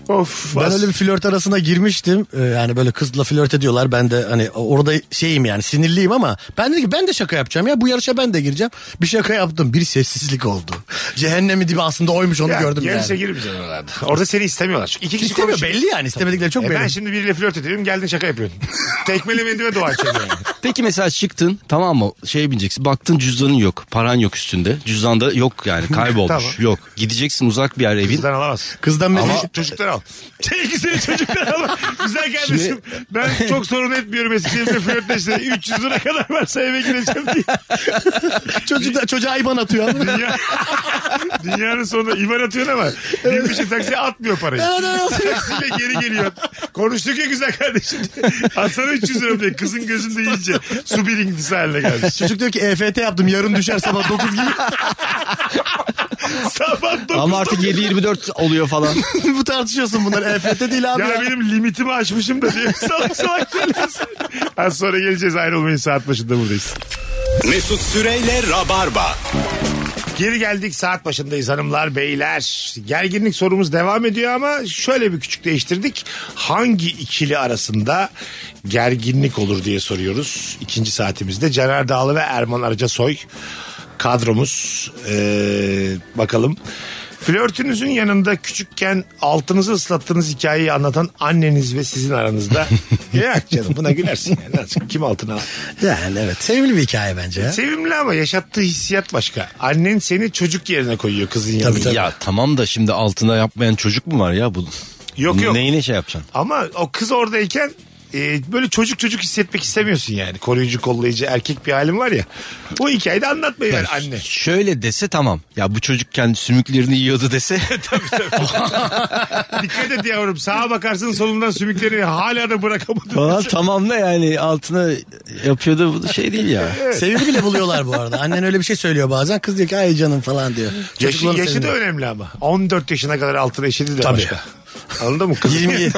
Speaker 3: of.
Speaker 4: Ben
Speaker 3: as-
Speaker 4: öyle bir flört arasına girmiştim. Ee, yani böyle kızla flört ediyorlar. Ben de hani orada şeyim yani sinirliyim ama ben dedim ki ben de şaka yapacağım ya. Bu yarışa ben de gireceğim. Bir şaka yaptım. Bir sessizlik oldu. Cehennemi dibi aslında oymuş onu
Speaker 3: Ya,
Speaker 4: gördüm
Speaker 3: yarışa
Speaker 4: yani.
Speaker 3: girmeyeceksin oralarda. Orada seni istemiyorlar. Çünkü iki kişi
Speaker 4: İstemiyor
Speaker 3: konuşuyor.
Speaker 4: belli yani istemedikleri çok
Speaker 3: E ben
Speaker 4: belli.
Speaker 3: şimdi biriyle flört ediyorum geldin şaka yapıyorsun. Tekmeli mendime dua edeceğim yani.
Speaker 5: Peki mesela çıktın tamam mı şey bineceksin baktın cüzdanın yok paran yok üstünde cüzdanda yok yani kaybolmuş
Speaker 3: Tamam.
Speaker 5: yok gideceksin uzak bir yer evin
Speaker 3: Kızdan alamazsın.
Speaker 4: Kızdan mesaj
Speaker 3: Ama... Çocuklar al. Şey, Sevgi seni çocuklar al. Güzel kardeşim. Ben çok sorun etmiyorum Eskişehir'de flörtleşti. 300 lira kadar varsa eve gireceğim diye.
Speaker 4: çocuk, çocuğa iban atıyor.
Speaker 3: Dünya, dünyanın sonunda iman atıyorsun ama binmişin taksiye atmıyor parayı. Taksiyle geri geliyor. Konuştuk ya güzel kardeşim. Aslan 300 lira diye kızın gözünde iyice su birikintisi haline gelmiş.
Speaker 4: Çocuk diyor ki EFT yaptım yarın düşer sabah 9 gibi.
Speaker 3: Sabah 9'da
Speaker 5: ama artık 7-24 oluyor falan.
Speaker 4: Bu tartışıyorsun bunlar EFT değil abi.
Speaker 3: Ya,
Speaker 4: Ya,
Speaker 3: benim limitimi aşmışım da diye salak salak söylüyorsun. Az sonra geleceğiz ayrılmayın saat başında buradayız.
Speaker 2: Mesut Süreyle Rabarba.
Speaker 3: Geri geldik saat başındayız hanımlar beyler. Gerginlik sorumuz devam ediyor ama şöyle bir küçük değiştirdik. Hangi ikili arasında gerginlik olur diye soruyoruz. İkinci saatimizde Caner Dağlı ve Erman Arıca Soy kadromuz. Ee, bakalım. Flörtünüzün yanında küçükken altınızı ıslattığınız hikayeyi anlatan anneniz ve sizin aranızda. Yok canım buna gülersin yani. Azıcık Kim altına al?
Speaker 4: Yani evet sevimli bir hikaye bence ya.
Speaker 3: Sevimli ama yaşattığı hissiyat başka. Annen seni çocuk yerine koyuyor kızın yanına.
Speaker 4: Tabii, tabii.
Speaker 5: ya tamam da şimdi altına yapmayan çocuk mu var ya bu?
Speaker 3: Yok, yok.
Speaker 5: Neyine şey yapacaksın?
Speaker 3: Ama o kız oradayken e, böyle çocuk çocuk hissetmek istemiyorsun yani. Koruyucu kollayıcı erkek bir halim var ya. O hikayede anlatmayın yani anne.
Speaker 5: Şöyle dese tamam. Ya bu çocuk kendi sümüklerini yiyordu dese.
Speaker 3: Dikkat et yavrum sağa bakarsın solundan sümüklerini hala da bırakamadın.
Speaker 5: Falan tamam da yani altına yapıyordu bu şey değil ya.
Speaker 4: Sevgi bile buluyorlar bu arada. Annen öyle bir şey söylüyor bazen. Kız diyor ki ay canım falan diyor.
Speaker 3: Yaşı,
Speaker 4: Çocukların
Speaker 3: yaşı da
Speaker 4: seviniyor.
Speaker 3: önemli ama. 14 yaşına kadar altına eşidi de
Speaker 4: Tabii.
Speaker 3: başka. Anladın mı? Kız
Speaker 4: 27.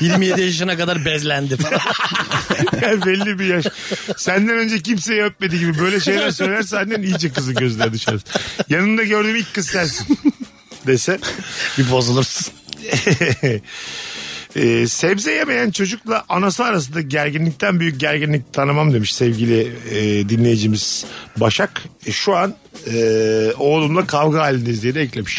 Speaker 4: 27 yaşına kadar bezlendi falan.
Speaker 3: Yani belli bir yaş. Senden önce kimseyi öpmedi gibi böyle şeyler söylerse annen iyice kızın gözler düşer. Yanında gördüğüm ilk kız sensin dese.
Speaker 4: bir bozulursun.
Speaker 3: Ee, sebze yemeyen çocukla anası arasında gerginlikten büyük gerginlik tanımam demiş sevgili e, dinleyicimiz Başak. E, şu an e, oğlumla kavga halindeyiz diye de eklemiş.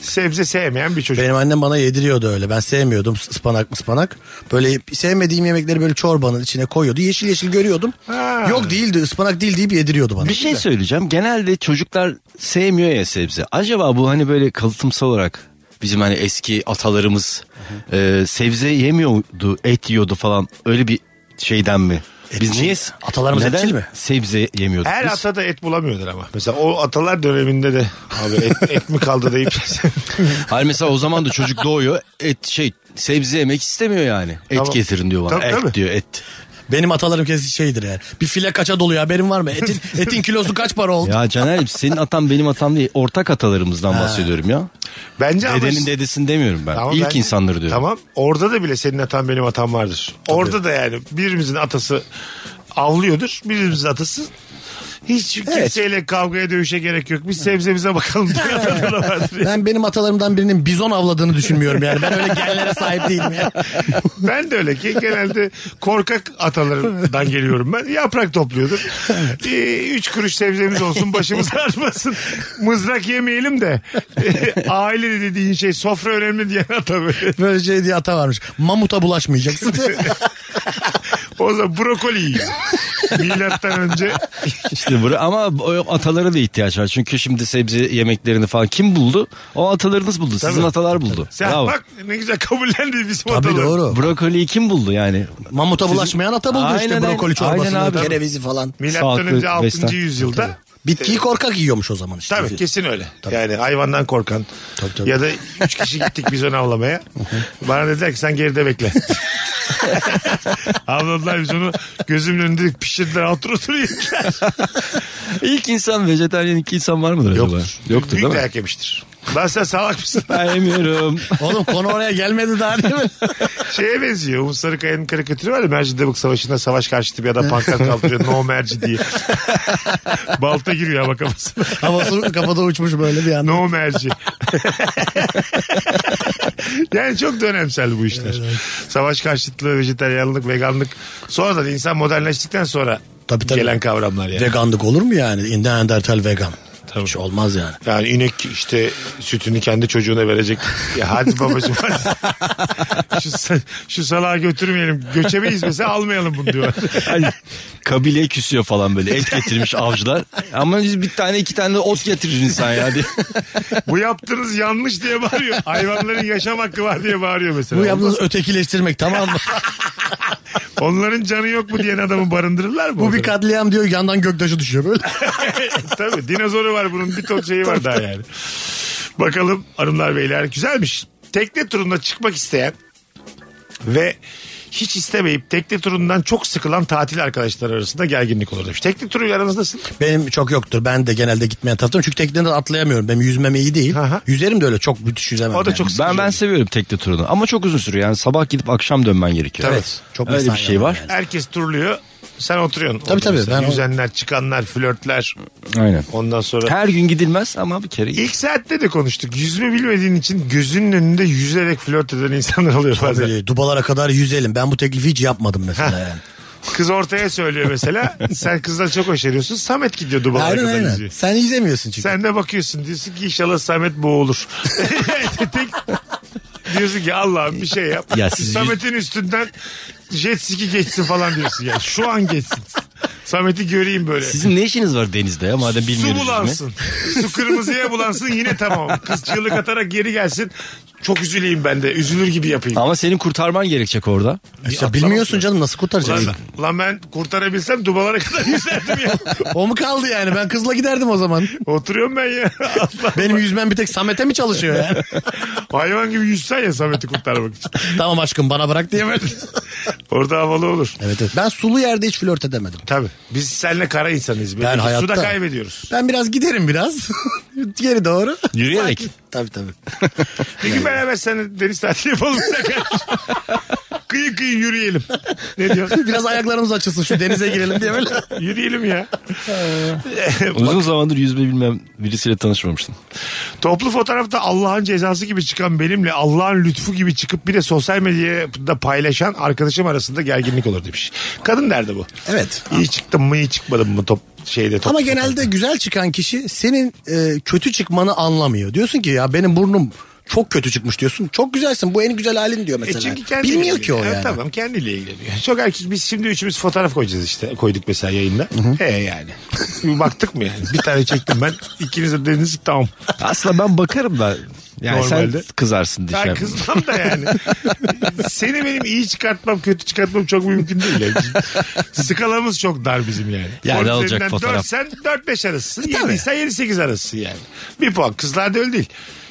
Speaker 3: sebze sevmeyen bir çocuk.
Speaker 4: Benim annem bana yediriyordu öyle. Ben sevmiyordum ıspanak mı ıspanak. Böyle sevmediğim yemekleri böyle çorbanın içine koyuyordu. Yeşil yeşil görüyordum.
Speaker 3: Ha.
Speaker 4: Yok değildi ıspanak değil deyip yediriyordu bana.
Speaker 5: Bir şey söyleyeceğim. Genelde çocuklar sevmiyor ya sebze. Acaba bu hani böyle kalıtımsal olarak bizim hani eski atalarımız e, sebze yemiyordu, et yiyordu falan. Öyle bir şeyden mi? Biz
Speaker 4: Etçil.
Speaker 5: niye
Speaker 4: Atalarımız
Speaker 5: neden
Speaker 4: etçil mi?
Speaker 5: sebze yemiyorduk?
Speaker 3: Her
Speaker 5: biz?
Speaker 3: ata da et bulamıyordur ama. Mesela o atalar döneminde de abi et, et mi kaldı deyip
Speaker 5: Hayır mesela o zaman da çocuk doğuyor et şey sebze yemek istemiyor yani. Et
Speaker 3: Tamam.
Speaker 5: getirin diyor bana.
Speaker 3: Tabii,
Speaker 5: et
Speaker 3: tabii.
Speaker 5: diyor et.
Speaker 4: Benim atalarım kesin şeydir yani. Bir file kaça doluyor haberin var mı? Etin, etin kilosu kaç para oldu?
Speaker 5: Ya Caner'im senin atan benim atam değil. Ortak atalarımızdan bahsediyorum ya.
Speaker 3: Bence ama-
Speaker 5: Dedenin dedesini demiyorum ben.
Speaker 3: Tamam,
Speaker 5: İlk
Speaker 3: bence-
Speaker 5: insanları diyorum.
Speaker 3: Tamam orada da bile senin atan benim atam vardır. Orada da yani birimizin atası avlıyordur. Birimizin atası hiç kimseyle kavgaya dövüşe gerek yok. Biz sebzemize bakalım. diye ataları vardır.
Speaker 4: Ben benim atalarımdan birinin bizon avladığını düşünmüyorum yani. Ben öyle genlere sahip değilim ya.
Speaker 3: ben de öyle ki genelde korkak atalarımdan geliyorum ben. Yaprak topluyordum. Ee, üç kuruş sebzemiz olsun başımız ağrımasın. Mızrak yemeyelim de. Ee, aile dediğin şey sofra önemli diyen ata böyle.
Speaker 4: Böyle şey diye ata varmış. Mamuta bulaşmayacaksın.
Speaker 3: O zaman brokoli yiyor. Milattan önce
Speaker 5: İşte bura ama o atalara da ihtiyaç var. Çünkü şimdi sebze yemeklerini falan kim buldu? O atalarınız buldu. Sizin
Speaker 3: Tabii.
Speaker 5: atalar buldu.
Speaker 3: Sen
Speaker 5: Bravo.
Speaker 3: bak ne güzel kabullendi bizim
Speaker 4: Tabii
Speaker 3: atalar.
Speaker 4: doğru.
Speaker 5: Brokoliyi kim buldu yani?
Speaker 4: Mamuta bulaşmayan ata buldu işte
Speaker 5: Aynen,
Speaker 4: brokoli
Speaker 5: aynen.
Speaker 4: çorbasını,
Speaker 5: Aynen abi.
Speaker 4: kerevizi falan.
Speaker 3: Milattan
Speaker 5: Sağlıklı
Speaker 3: önce 6.
Speaker 5: beslen.
Speaker 3: yüzyılda.
Speaker 4: Bitkiyi korkak yiyormuş o zaman işte.
Speaker 3: Tabii kesin öyle. Yani hayvandan korkan.
Speaker 4: Tabii, tabii.
Speaker 3: Ya da üç kişi gittik biz onu avlamaya. Bana dediler ki sen geride bekle. Avladılar biz onu gözümün önünde pişirdiler altı oturuyor yediler.
Speaker 5: İlk insan vejetaryen ilk insan var mıdır acaba?
Speaker 3: Yoktur.
Speaker 5: Yoktur değil
Speaker 3: Büyük
Speaker 5: mi?
Speaker 3: dayak yemiştir. Lan sen salak mısın?
Speaker 5: Ben yemiyorum.
Speaker 4: Oğlum konu oraya gelmedi daha değil mi?
Speaker 3: Şeye benziyor. Umut Sarıkaya'nın karikatürü var ya Mercidebuk Savaşı'nda savaş karşıtı bir adam pankart kaldırıyor. No merci diye. Balta giriyor ama kafasına.
Speaker 4: Havası kafada uçmuş böyle bir anda.
Speaker 3: No merci. yani çok da önemsel bu işler. Savaş karşıtlığı, vejetaryenlik, veganlık. Sonradan insan modernleştikten sonra
Speaker 4: Tabii, tabii.
Speaker 3: gelen kavramlar yani.
Speaker 4: Veganlık olur mu yani? Neandertal vegan. Hiç olmaz yani.
Speaker 3: yani inek işte sütünü kendi çocuğuna verecek. Ya hadi babacığım hadi. şu, sa- şu salağı götürmeyelim. Göçemeyiz mesela almayalım bunu diyor.
Speaker 5: Hani kabile küsüyor falan böyle. Et getirmiş avcılar. Ama biz bir tane iki tane ot getirir insan ya diye.
Speaker 3: bu yaptığınız yanlış diye bağırıyor. Hayvanların yaşam hakkı var diye bağırıyor mesela.
Speaker 4: Bu yaptığınız ötekileştirmek tamam mı?
Speaker 3: Onların canı yok mu diyen adamı barındırırlar mı?
Speaker 4: Bu
Speaker 3: orada?
Speaker 4: bir katliam diyor yandan göktaşı düşüyor böyle.
Speaker 3: Tabii dinozoru var bunun bir ton şeyi var daha yani. Bakalım hanımlar beyler güzelmiş. Tekne turuna çıkmak isteyen ve hiç istemeyip tekne turundan çok sıkılan tatil arkadaşları arasında gerginlik olur demiş. Tekne turuyla aranızdasın.
Speaker 4: Benim çok yoktur. Ben de genelde gitmeyen taraftayım. Çünkü tekneden atlayamıyorum. Benim yüzmem iyi değil.
Speaker 3: Aha.
Speaker 4: Yüzerim de öyle çok müthiş yüzemem.
Speaker 3: O da
Speaker 4: yani.
Speaker 3: çok sıkıcı.
Speaker 5: Ben ben seviyorum tekne turunu. Ama çok uzun sürüyor. Yani sabah gidip akşam dönmen gerekiyor.
Speaker 4: Evet. Çok
Speaker 5: Öyle
Speaker 4: mesai
Speaker 5: bir şey
Speaker 4: yalan
Speaker 5: var.
Speaker 4: yani.
Speaker 3: Herkes turluyor. Sen oturuyorsun.
Speaker 4: Tabii,
Speaker 3: Orada
Speaker 4: tabii.
Speaker 3: mesela
Speaker 4: Ben o-
Speaker 3: Yüzenler, çıkanlar, flörtler.
Speaker 5: Aynen.
Speaker 3: Ondan sonra...
Speaker 5: Her gün gidilmez ama bir kere git.
Speaker 3: İlk saatte de konuştuk. Yüzme bilmediğin için gözünün önünde yüzerek flört eden insanlar oluyor bazen.
Speaker 4: Böyle dubalara kadar yüzelim. Ben bu teklifi hiç yapmadım mesela yani.
Speaker 3: Kız ortaya söylüyor mesela. Sen kızdan çok hoşlanıyorsun. Samet gidiyor Dubai'ye
Speaker 4: aynen
Speaker 3: kadar
Speaker 4: aynen.
Speaker 3: izliyor.
Speaker 4: Sen yüzemiyorsun çünkü. E
Speaker 3: Sen de bakıyorsun diyorsun ki inşallah Samet boğulur. Tek, diyorsun ki Allah'ım bir şey yap.
Speaker 5: Ya siz-
Speaker 3: Samet'in üstünden jet ski geçsin falan diyorsun ya. Şu an geçsin. Samet'i göreyim böyle.
Speaker 5: Sizin ne işiniz var denizde ya madem
Speaker 3: Su
Speaker 5: bilmiyoruz. yüzme?
Speaker 3: bulansın. Su kırmızıya bulansın yine tamam. Kız çığlık atarak geri gelsin. Çok üzüleyim ben de. Üzülür gibi yapayım.
Speaker 5: Ama senin kurtarman gerekecek orada.
Speaker 4: Ya bilmiyorsun canım nasıl kurtaracaksın?
Speaker 3: Lan, lan ben kurtarabilsem dubalara kadar yüzerdim ya.
Speaker 4: o mu kaldı yani? Ben kızla giderdim o zaman.
Speaker 3: Oturuyorum ben ya. Allah.
Speaker 4: Benim yüzmem bir tek Samet'e mi çalışıyor yani?
Speaker 3: Hayvan gibi yüzsen ya Samet'i kurtarmak için.
Speaker 4: tamam aşkım bana bırak diye.
Speaker 3: Orada havalı olur.
Speaker 4: Evet, evet. Ben sulu yerde hiç flört edemedim.
Speaker 3: Tabii. Biz seninle kara insanız.
Speaker 4: Ben hayatta.
Speaker 3: Suda kaybediyoruz.
Speaker 4: Ben biraz giderim biraz. Geri doğru.
Speaker 5: Yürüyerek.
Speaker 4: Sakin. Tabii tabii.
Speaker 3: Bir gün beraber seninle deniz tatili yapalım. kıyı kıyı yürüyelim. Ne diyorsun?
Speaker 4: Biraz ayaklarımız açılsın şu denize girelim diye böyle.
Speaker 3: Yürüyelim ya.
Speaker 5: Uzun zamandır yüzme bilmem birisiyle tanışmamıştım.
Speaker 3: Toplu fotoğrafta Allah'ın cezası gibi çıkan benimle Allah'ın lütfu gibi çıkıp bir de sosyal medyada paylaşan arkadaşım arasında gerginlik olur demiş. Kadın nerede bu?
Speaker 4: Evet.
Speaker 3: İyi çıktım mı iyi çıkmadım mı top şeyde top.
Speaker 4: Ama genelde güzel çıkan kişi senin e, kötü çıkmanı anlamıyor. Diyorsun ki ya benim burnum çok kötü çıkmış diyorsun. Çok güzelsin bu en güzel halin diyor
Speaker 3: E
Speaker 4: mesela.
Speaker 3: çünkü kendiyle
Speaker 4: Bilmiyor ki o
Speaker 3: ilgileniyor.
Speaker 4: yani.
Speaker 3: Ha, Tamam kendiyle ilgileniyor. Çok erkek biz şimdi üçümüz fotoğraf koyacağız işte. Koyduk mesela yayında. He yani. Bir baktık mı yani? Bir tane çektim ben. İkiniz de dediniz ki tamam.
Speaker 5: Aslında ben bakarım da. Yani
Speaker 3: Normalde.
Speaker 5: sen kızarsın diye. şey
Speaker 3: Ben
Speaker 5: yapma.
Speaker 3: kızmam da yani. Seni benim iyi çıkartmam kötü çıkartmam çok mümkün değil. Yani. Skalamız çok dar bizim yani.
Speaker 5: Yani
Speaker 3: Onun
Speaker 5: alacak
Speaker 3: üzerinden
Speaker 5: fotoğraf.
Speaker 3: dört sen 4-5 arasısın.
Speaker 4: E, tabii.
Speaker 3: 7 sen 7-8 arasısın yani. Bir puan. Kızlarda öyle değil.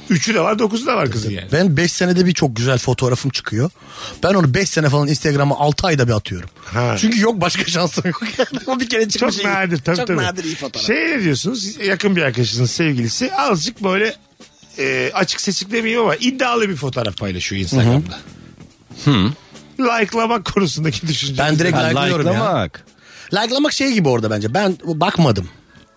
Speaker 3: Üçü de var dokuzu da
Speaker 4: E,
Speaker 3: var kızın yani.
Speaker 4: Ben 5 senede bir çok güzel fotoğrafım çıkıyor. Ben onu 5 sene falan Instagram'a 6 ayda bir atıyorum.
Speaker 3: Ha.
Speaker 4: Çünkü yok başka şansım yok. o bir kere çıkmış.
Speaker 3: Çok
Speaker 4: iyi.
Speaker 3: nadir tabii
Speaker 4: Çok
Speaker 3: tabii.
Speaker 4: nadir iyi fotoğraf.
Speaker 3: Şey ne diyorsunuz? Siz Yakın bir arkadaşınız sevgilisi azıcık böyle e, açık seçik demeyeyim ama iddialı bir fotoğraf paylaşıyor Instagram'da. Likelamak konusundaki düşünce.
Speaker 4: ben direkt
Speaker 5: Ha,
Speaker 4: like'lıyorum ya.
Speaker 5: Like'lamak.
Speaker 4: Like'lamak şey gibi orada bence. Ben bakmadım.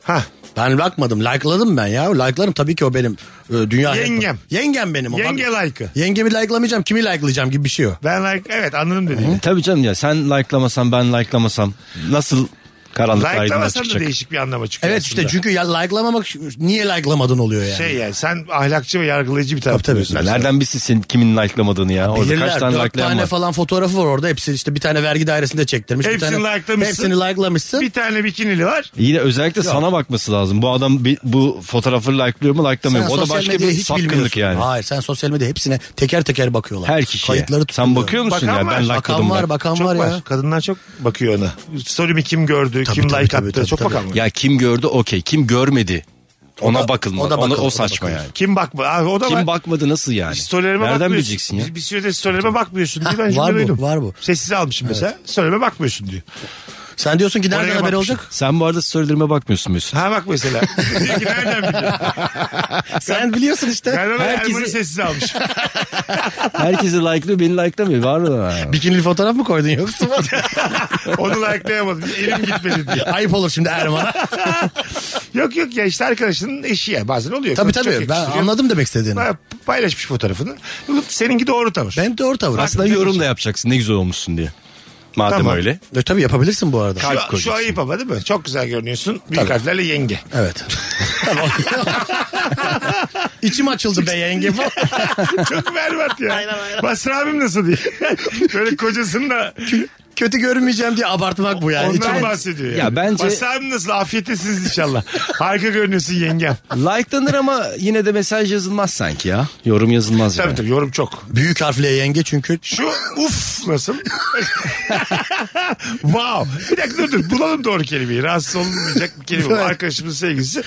Speaker 3: Ha.
Speaker 4: Ben bakmadım. Like'ladım ben ya. Like'larım tabii ki o benim e, dünya
Speaker 3: Yengem.
Speaker 4: Yengem benim o.
Speaker 3: Yenge
Speaker 4: Ben-
Speaker 3: like'ı.
Speaker 4: Yengemi like'lamayacağım. Kimi like'layacağım gibi bir şey o.
Speaker 3: Ben like evet anladım dediğini.
Speaker 5: Tabii canım ya sen like'lamasan ben like'lamasam nasıl karanlık aydınlığa
Speaker 3: Likelamasan da
Speaker 5: çıkacak?
Speaker 3: değişik bir anlama çıkıyor
Speaker 4: Evet
Speaker 3: aslında.
Speaker 4: işte çünkü ya like'lamamak niye like'lamadın oluyor yani.
Speaker 3: Şey yani sen ahlakçı ve yargılayıcı bir taraf.
Speaker 4: Tabii, tabii.
Speaker 3: tutuyorsun.
Speaker 5: Nereden bilsin senin kimin like'lamadığını ya? Orada
Speaker 4: Bilirler.
Speaker 5: kaç tane
Speaker 4: Dört
Speaker 5: like'layan
Speaker 4: tane
Speaker 5: var?
Speaker 4: falan fotoğrafı var orada. Hepsi işte bir tane vergi dairesinde çektirmiş. bir
Speaker 3: Hepsini
Speaker 4: tane,
Speaker 3: like'lamışsın.
Speaker 4: Hepsini like'lamışsın.
Speaker 3: Bir tane bikinili var.
Speaker 5: İyi de özellikle sana bakması lazım. Bu adam bi- bu fotoğrafı like'lıyor mu like'lamıyor
Speaker 4: Sen
Speaker 5: mu? O da
Speaker 4: sosyal
Speaker 5: başka
Speaker 4: medyayı
Speaker 5: bir
Speaker 4: hiç
Speaker 5: sapkınlık
Speaker 4: bilmiyorsun.
Speaker 5: yani.
Speaker 4: Hayır sen sosyal medya hepsine teker teker bakıyorlar.
Speaker 5: Her kişiye.
Speaker 4: Kayıtları tutuluyor.
Speaker 5: Sen bakıyor musun
Speaker 3: Bakan
Speaker 5: ya?
Speaker 3: var.
Speaker 5: Ben
Speaker 3: Bakan
Speaker 4: Bakan
Speaker 5: like'ladım
Speaker 4: var
Speaker 5: ben.
Speaker 4: bakan
Speaker 3: çok
Speaker 4: var
Speaker 3: var.
Speaker 4: ya.
Speaker 3: Kadınlar çok bakıyor ona. Story'mi kim gördü,
Speaker 4: Tabii,
Speaker 3: kim
Speaker 4: tabii,
Speaker 3: like
Speaker 4: tabii,
Speaker 3: attı.
Speaker 4: tabii,
Speaker 3: çok
Speaker 4: tabii.
Speaker 3: bakan var.
Speaker 5: Ya kim gördü okey. Kim görmedi. Ona
Speaker 4: da-
Speaker 5: bakılmaz.
Speaker 4: o da
Speaker 5: Ona- O,
Speaker 4: bakılır, o da
Speaker 5: saçma
Speaker 4: bakılır.
Speaker 5: yani.
Speaker 3: Kim bakma? Abi, o da
Speaker 5: Kim
Speaker 3: var.
Speaker 5: bakmadı nasıl yani?
Speaker 3: Storylerime
Speaker 5: Nereden
Speaker 3: bakmıyorsun.
Speaker 5: bileceksin ya?
Speaker 3: Bir, bir sürede storylerime bakmıyorsun diye ben şimdi
Speaker 4: Var bu,
Speaker 3: duydum.
Speaker 4: var bu.
Speaker 3: Sessize almışım mesela. Storylerime bakmıyorsun diyor.
Speaker 4: Sen diyorsun ki nereden
Speaker 3: Oraya
Speaker 4: haber
Speaker 3: bakmışım.
Speaker 4: olacak?
Speaker 5: Sen bu arada storylerime bakmıyorsun Mesut.
Speaker 3: Ha bak mesela. Diyor ki, Nereden biliyorsun?
Speaker 4: Sen biliyorsun işte.
Speaker 3: Nereden Herkesi...
Speaker 5: Herkesi-
Speaker 3: Erman'ı sessize almış.
Speaker 5: Herkesi like'lıyor beni like'lamıyor. Var mı?
Speaker 4: Bikinili fotoğraf mı koydun yoksa?
Speaker 3: Onu likelayamadım. Elim gitmedi diye.
Speaker 4: Ayıp olur şimdi Erman'a.
Speaker 3: Yok yok ya işte arkadaşının eşi ya bazen oluyor.
Speaker 4: tabii
Speaker 3: Çok
Speaker 4: tabii ben
Speaker 3: yakıştırıyor.
Speaker 4: anladım demek istediğini.
Speaker 3: Ha, Paylaşmış fotoğrafını. Seninki doğru tavır.
Speaker 4: Ben doğru tavır.
Speaker 5: Aslında yorum da yapacaksın ne güzel olmuşsun diye. Madem
Speaker 3: Tamam.
Speaker 5: öyle.
Speaker 4: E, tabii yapabilirsin bu arada.
Speaker 5: Kalp
Speaker 3: şu,
Speaker 5: koyacaksın.
Speaker 3: şu ayıp ama değil mi? Çok güzel görünüyorsun. Büyük harflerle yenge.
Speaker 4: Evet. Tamam. İçim açıldı be yenge falan.
Speaker 3: Çok berbat ya. Basri abim nasıl diye. Böyle kocasını da
Speaker 4: Kötü görünmeyeceğim diye abartmak bu yani.
Speaker 3: ondan
Speaker 4: İçim-
Speaker 3: bahsediyor. Yani.
Speaker 5: Ya bence-
Speaker 3: Basri abim nasıl? Afiyettesiniz inşallah. Harika görünüyorsun yengem.
Speaker 5: Like'lanır ama yine de mesaj yazılmaz sanki ya. Yorum yazılmaz
Speaker 3: Tabii
Speaker 5: yani.
Speaker 3: tabii yorum çok.
Speaker 4: Büyük harfle yenge çünkü
Speaker 3: Şu uf nasıl? wow. Bir dakika dur dur bulalım doğru kelimeyi. Rahatsız olmayacak bir kelime. bu. Arkadaşımızın sevgilisi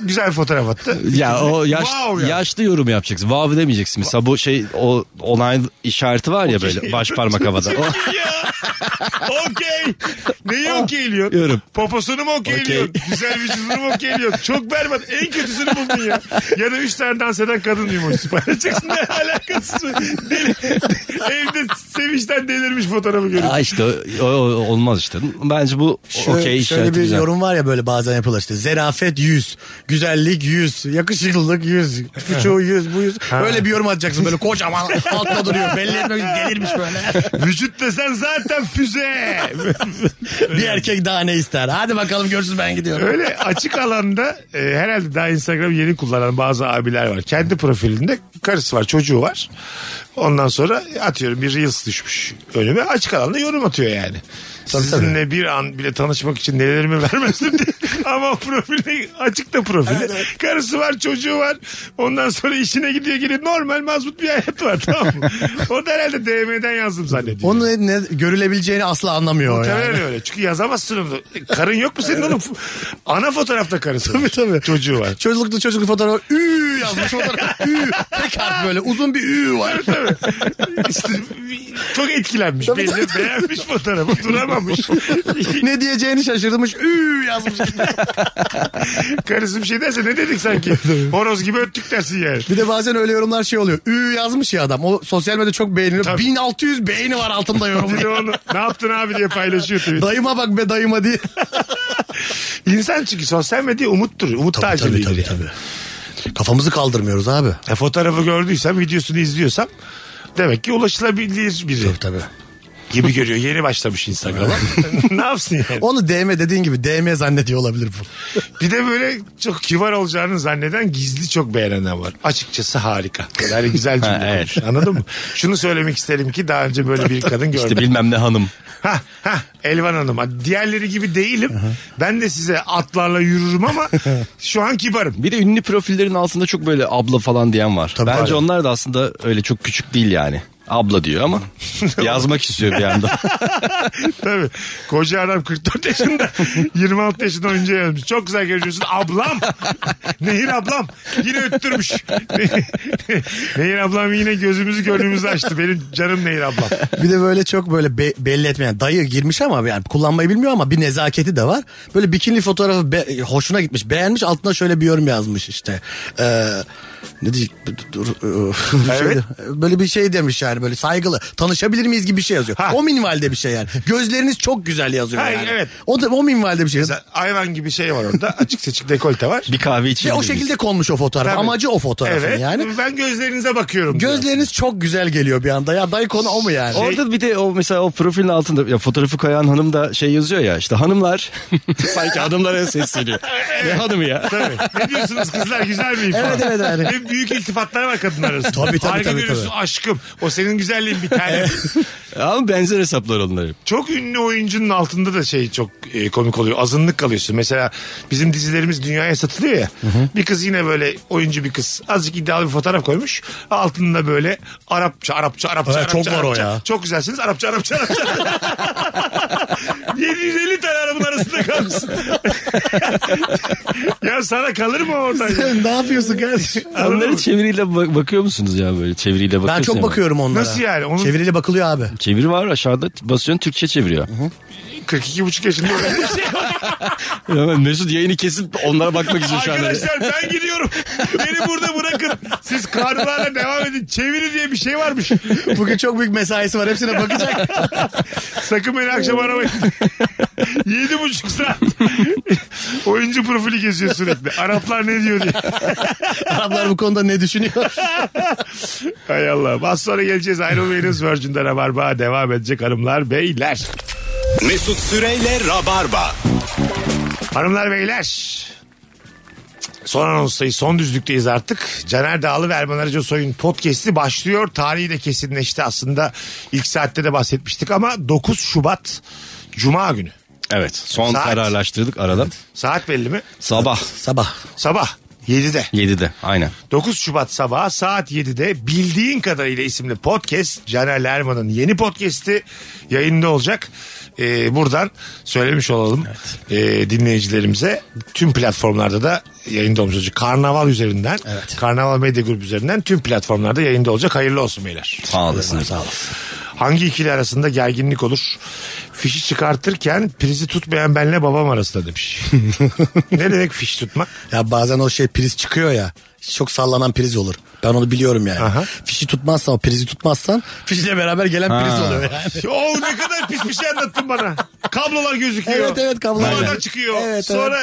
Speaker 3: güzel bir fotoğraf attı.
Speaker 5: Ya o yaş,
Speaker 3: Wow ya.
Speaker 5: yaşlı yorum yapacaksın. Vav demeyeceksin. Mesela bu şey o onay işareti var ya böyle baş parmak havada. O,
Speaker 3: Ya. Okey. Neyi okeyliyor?
Speaker 5: yorum.
Speaker 3: Poposunu mu okeyliyor?
Speaker 5: Okey.
Speaker 3: Güzel vücudunu mu okeyliyor? Çok berbat. En kötüsünü buldun ya. Ya da üç tane dans eden kadın emojisi paylaşacaksın. Ne alakası? Deli. Evde sevinçten delirmiş fotoğrafı görüp.
Speaker 5: ya işte o, o- olmaz işte. Bence bu
Speaker 4: Şöyle,
Speaker 5: okey işareti
Speaker 4: şöyle bir
Speaker 5: güzel.
Speaker 4: yorum var ya böyle bazen yapılır işte. Zerafet 100, güzellik 100, yakışıklılık 100, küçüğü 100, bu 100. Böyle bir yorum atacaksın böyle kocaman altta duruyor. Belli etmek için delirmiş böyle.
Speaker 3: Vücut desen zaten füze.
Speaker 4: bir erkek daha ne ister? Hadi bakalım görsün ben gidiyorum.
Speaker 3: Öyle açık alanda e, herhalde daha Instagram yeni kullanan bazı abiler var. Kendi profilinde Karısı var çocuğu var. Ondan sonra atıyorum bir Reels düşmüş önüme. Açık alanda yorum atıyor yani. Sizinle bir an bile tanışmak için nelerimi vermezdim diye. Ama profili açık da profili. Karısı var çocuğu var. Ondan sonra işine gidiyor geliyor. Normal mazbut bir hayat var tamam mı? o da herhalde DM'den yazdım zannediyor.
Speaker 4: Onun ne, ne- görülebileceğini asla anlamıyor
Speaker 3: Muhtemelen
Speaker 4: yani.
Speaker 3: öyle. Çünkü yazamazsın onu. Karın yok mu senin oğlum? Ana fotoğrafta karısı. Tabii tabii. Çocuğu var.
Speaker 4: Çocuklukta çocukluk fotoğrafı ü yazmış fotoğraf ü tek harf böyle uzun bir ü var.
Speaker 3: İşte çok etkilenmiş. Belli beğenmiş fotoğrafı duramamış.
Speaker 4: ne diyeceğini şaşırmış ü yazmış.
Speaker 3: Karısı bir şey derse ne dedik sanki? Horoz gibi öttük dersin yani.
Speaker 4: Bir de bazen öyle yorumlar şey oluyor. Ü yazmış ya adam. O sosyal medyada çok beğeniliyor.
Speaker 3: Tabii.
Speaker 4: 1600 beğeni var altında
Speaker 3: Bir de
Speaker 4: yorumda.
Speaker 3: onu ne yaptın abi diye paylaşıyor tabii.
Speaker 4: dayıma bak be dayıma diye.
Speaker 3: İnsan çünkü sosyal medya umuttur. Umut da acı değildir yani.
Speaker 4: Kafamızı kaldırmıyoruz abi.
Speaker 3: Ya E, fotoğrafı gördüysem, videosunu izliyorsam demek ki ulaşılabilir biri
Speaker 4: Tabii tabii.
Speaker 3: gibi görüyor. Yeni başlamış Instagram'a. ne yapsın yani?
Speaker 4: Onu DM dediğin gibi DM zannediyor olabilir bu.
Speaker 3: Bir de böyle çok kibar olacağını zanneden gizli çok beğenenler var. Açıkçası harika. Böyle hani güzel cümle
Speaker 5: Ha, evet.
Speaker 3: olmuş. Anladın mı? Şunu söylemek isterim ki daha önce böyle bir kadın gördüm.
Speaker 5: İşte bilmem ne hanım.
Speaker 3: Ha ha Elvan Hanım. Ha, Diğerleri gibi değilim. Ben de size atlarla yürürüm ama şu an kibarım.
Speaker 5: Bir de ünlü profillerin altında çok böyle abla falan diyen var.
Speaker 4: Tabii,
Speaker 5: Bence
Speaker 4: aynen.
Speaker 5: onlar da aslında öyle çok küçük değil yani. Abla diyor ama yazmak istiyor bir anda.
Speaker 3: Tabii. Koca adam 44 yaşında 26 yaşında önce yazmış. Çok güzel görüyorsun. Ablam. Nehir ablam. Yine öttürmüş. Nehir ablam yine gözümüzü gönlümüzü açtı. Benim canım Nehir ablam.
Speaker 4: Bir de böyle çok böyle be- belli etmeyen dayı girmiş ama yani kullanmayı bilmiyor ama bir nezaketi de var. Böyle bikini fotoğrafı be- hoşuna gitmiş beğenmiş altına şöyle bir yorum yazmış işte. Ee, ne diyecek? Dur, dur,
Speaker 3: Evet.
Speaker 4: şöyle- böyle bir şey demiş yani böyle saygılı tanışabilir miyiz gibi bir şey yazıyor.
Speaker 3: Ha.
Speaker 4: O minvalde bir şey yani. Gözleriniz çok güzel yazıyor
Speaker 3: Ha,
Speaker 4: yani.
Speaker 3: evet.
Speaker 4: O da o minvalde bir şey.
Speaker 3: Mesela hayvan gibi şey var orada. Açık seçik dekolte var.
Speaker 5: bir kahve için.
Speaker 4: Ve o şekilde konmuş o fotoğraf.
Speaker 3: Tabii.
Speaker 4: Amacı o fotoğrafın
Speaker 3: Evet.
Speaker 4: yani.
Speaker 3: Ben gözlerinize bakıyorum. diyor.
Speaker 4: Gözleriniz çok güzel geliyor bir anda. Ya dayı konu o mu yani?
Speaker 3: Şey,
Speaker 5: Orada bir de o mesela o profilin altında ya fotoğrafı koyan hanım da şey yazıyor ya işte hanımlar sanki hanımlara sesleniyor. Ne hanımı ya?
Speaker 3: Tabii. Ne diyorsunuz kızlar güzel miyim?
Speaker 4: Evet,
Speaker 3: falan.
Speaker 4: evet, evet.
Speaker 3: Hep büyük iltifatlar var kadınlar arasında.
Speaker 4: Tabii, tabii,
Speaker 3: Harika
Speaker 4: tabii,
Speaker 3: görüyorsun
Speaker 4: tabii.
Speaker 3: aşkım. O senin güzelliğin bir tane.
Speaker 5: E, Ama benzer hesaplar onlar hep.
Speaker 3: çok ünlü oyuncunun altında da şey çok e, komik oluyor. Azınlık kalıyorsun. Mesela bizim dizilerimiz dünyaya satılıyor ya. Bir kız yine böyle oyuncu bir kız. Azıcık iddialı bir fotoğraf koymuş. Altında böyle Arapça, Arapça, Arapça,
Speaker 4: Evet,
Speaker 3: Arapça.
Speaker 4: çok var o
Speaker 3: Arapça.
Speaker 4: ya.
Speaker 3: Çok güzelsiniz. Arapça, Arapça, Arapça. 750 tane Arap'ın arasında kalmışsın. ya sana kalır mı oradan? ya?
Speaker 4: ne yapıyorsun kardeşim?
Speaker 3: Anladın mı?
Speaker 5: Onları çeviriyle bak- bakıyor musunuz ya böyle çeviriyle bakıyorsun.
Speaker 4: Ben çok
Speaker 5: ya.
Speaker 4: bakıyorum onlara.
Speaker 3: Nasıl yani? Onun-
Speaker 4: Çeviriyle bakılıyor abi.
Speaker 5: Çeviri var aşağıda basıyorsun Türkçe çeviriyor.
Speaker 3: 42 buçuk yaşında öyle bir şey.
Speaker 5: Ya Mesut yayını kesip onlara bakmak için şu anda.
Speaker 3: Arkadaşlar ben gidiyorum. Beni burada bırakın. Siz karılarla devam edin. Çeviri diye bir şey varmış.
Speaker 4: Bugün çok büyük mesaisi var. Hepsine bakacak.
Speaker 3: Sakın beni akşam aramayın. Yedi buçuk saat. Oyuncu profili geziyor sürekli. Araplar ne diyor diye.
Speaker 4: Araplar bu konuda ne düşünüyor?
Speaker 3: Hay Allah. Az sonra geleceğiz. Ayrılmayınız. Virgin'de Rabarba devam edecek hanımlar beyler.
Speaker 2: Mesut Süreyle Rabarba.
Speaker 3: Hanımlar beyler. Son anonsdayız. Son düzlükteyiz artık. Caner Dağlı ve Erman Arıca Soy'un podcast'i başlıyor. Tarihi de kesinleşti aslında. İlk saatte de bahsetmiştik ama 9 Şubat Cuma günü.
Speaker 5: Evet son
Speaker 3: Saat.
Speaker 5: kararlaştırdık aradan.
Speaker 3: Saat belli mi?
Speaker 5: Sabah
Speaker 4: Sabah.
Speaker 3: Sabah 7'de.
Speaker 5: 7'de aynen.
Speaker 3: 9 Şubat sabahı saat 7'de Bildiğin Kadarıyla isimli podcast Caner Erman'ın yeni podcast'i yayında olacak. Ee, buradan söylemiş olalım ee, dinleyicilerimize. Tüm platformlarda da yayında olmuş olacak. Karnaval üzerinden, Karnaval Medya Grubu üzerinden tüm platformlarda yayında olacak. Hayırlı olsun beyler.
Speaker 5: Sağ olasın. Sağ
Speaker 3: Hangi ikili arasında gerginlik olur? Fişi çıkartırken prizi tutmayan benle babam arasında demiş. ne demek fiş tutmak?
Speaker 4: Ya bazen o şey priz çıkıyor ya. Çok sallanan priz olur. Ben onu biliyorum yani.
Speaker 3: Aha.
Speaker 4: Fişi tutmazsan o prizi tutmazsan fişle beraber gelen priz
Speaker 5: Ha.
Speaker 4: oluyor yani.
Speaker 3: Oo ne kadar pis bir şey anlattın bana. Kablolar gözüküyor.
Speaker 4: Evet, evet, kablolar.
Speaker 3: Duvardan
Speaker 4: Aynen.
Speaker 3: çıkıyor.
Speaker 4: Evet, evet.
Speaker 3: Sonra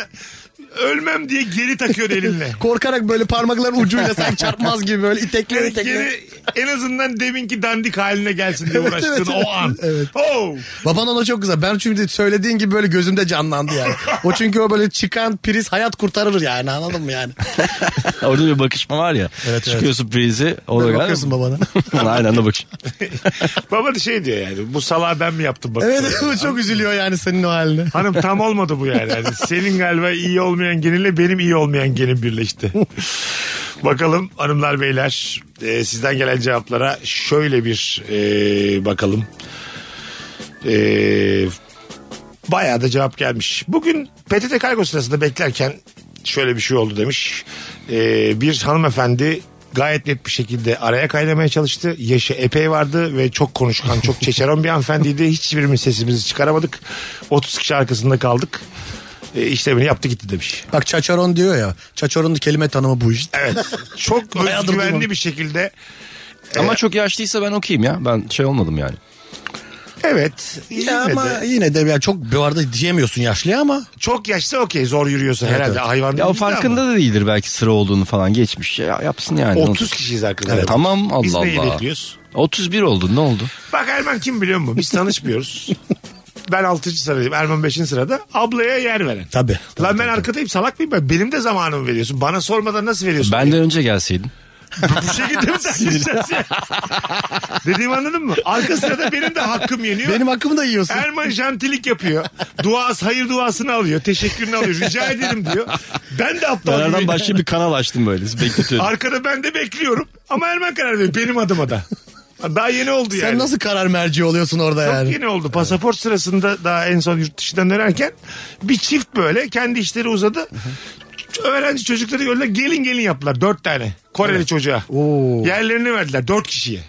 Speaker 3: ölmem diye geri takıyor elinle.
Speaker 4: Korkarak böyle parmakların ucuyla sanki çarpmaz gibi böyle itekle
Speaker 3: Yani
Speaker 4: itekle.
Speaker 3: geri en azından deminki dandik haline gelsin diye
Speaker 4: Evet,
Speaker 3: uğraştın
Speaker 4: evet, evet.
Speaker 3: o an.
Speaker 4: Evet.
Speaker 3: Oh.
Speaker 4: Baban ona çok güzel. Ben çünkü söylediğin gibi böyle gözümde canlandı yani. O çünkü o böyle çıkan priz hayat kurtarır yani anladın mı yani?
Speaker 5: Orada bir bakışma var ya.
Speaker 4: Evet, evet.
Speaker 5: Çıkıyorsun prizi. O da
Speaker 4: Böyle bakıyorsun babana.
Speaker 5: Aynen anne bakış.
Speaker 3: Baba da şey diyor yani bu salağı ben mi yaptım bak.
Speaker 4: Evet bu çok üzülüyor yani senin o haline.
Speaker 3: Hanım tam olmadı bu yani. Yani Senin galiba iyi olmayan geninle benim iyi olmayan genim birleşti. bakalım hanımlar beyler e, sizden gelen cevaplara şöyle bir e, bakalım. E, bayağı da cevap gelmiş. Bugün PTT kargo sırasında beklerken şöyle bir şey oldu demiş. E, bir hanımefendi gayet net bir şekilde araya kaynamaya çalıştı. Yaşı epey vardı ve çok konuşkan, çok çeçeron bir hanımefendiydi. Hiçbirimiz sesimizi çıkaramadık. 30 kişi arkasında kaldık. E, işlemini yaptı gitti demiş.
Speaker 4: Bak çaçaron diyor ya. Çaçaronun kelime tanımı bu işte.
Speaker 3: Evet. Çok
Speaker 4: Bayağıdır
Speaker 3: özgüvenli
Speaker 4: duymadım.
Speaker 3: bir şekilde.
Speaker 5: Ama çok yaşlıysa ben okuyayım ya. Ben şey olmadım yani.
Speaker 3: Evet. yine
Speaker 4: Ya ama
Speaker 3: de.
Speaker 4: yine de ya çok bu arada diyemiyorsun yaşlıya ama
Speaker 3: Çok yaşlı okey zor yürüyorsa herhalde
Speaker 4: evet.
Speaker 3: hayvan
Speaker 5: Ya o
Speaker 3: değiliz de ama.
Speaker 5: farkında da değildir belki sıra olduğunu falan geçmiş. Ya yapsın yani.
Speaker 3: 30 kişiyiz arkadaşlar.
Speaker 5: Evet, tamam Allah
Speaker 3: Biz neyi
Speaker 5: Allah.
Speaker 3: bekliyoruz?
Speaker 5: 31 oldu ne oldu?
Speaker 3: Bak Erman kim biliyor musun? Biz tanışmıyoruz. ben 6. sıradayım. Erman 5. sırada. Ablaya yer veren.
Speaker 4: tabii.
Speaker 3: Lan ben arkadayım salak mıyım ben? Benim de zamanımı veriyorsun. Bana sormadan nasıl
Speaker 4: Şey-
Speaker 3: veriyorsun?
Speaker 5: Benden önce gelseydin.
Speaker 3: bu şekilde mi tartışacağız ya? Dediğimi anladın mı? Arka sırada benim de hakkım yeniyor.
Speaker 4: Benim hakkımı da yiyorsun.
Speaker 3: Erman jantilik yapıyor. Duası, hayır duasını alıyor. Teşekkürünü alıyor. Rica ederim diyor. Ben de aptal
Speaker 5: Ben
Speaker 3: gibi-
Speaker 5: aradan başka bir kanal açtım böyle. Sizi Bekletiyordum.
Speaker 3: Arkada ben de bekliyorum. Ama Erman karar veriyor. Benim adıma da. Daha yeni oldu
Speaker 4: Sen
Speaker 3: yani.
Speaker 4: nasıl karar merci oluyorsun orada
Speaker 3: Çok
Speaker 4: yani?
Speaker 3: yeni oldu. Pasaport sırasında daha en son yurt dışından dönerken bir çift böyle kendi işleri uzadı. Öğrenci çocukları gördüler. Gelin gelin yaptılar. Dört tane. Koreli çocuğa.
Speaker 4: Oo.
Speaker 3: Yerlerini verdiler. Dört kişiye.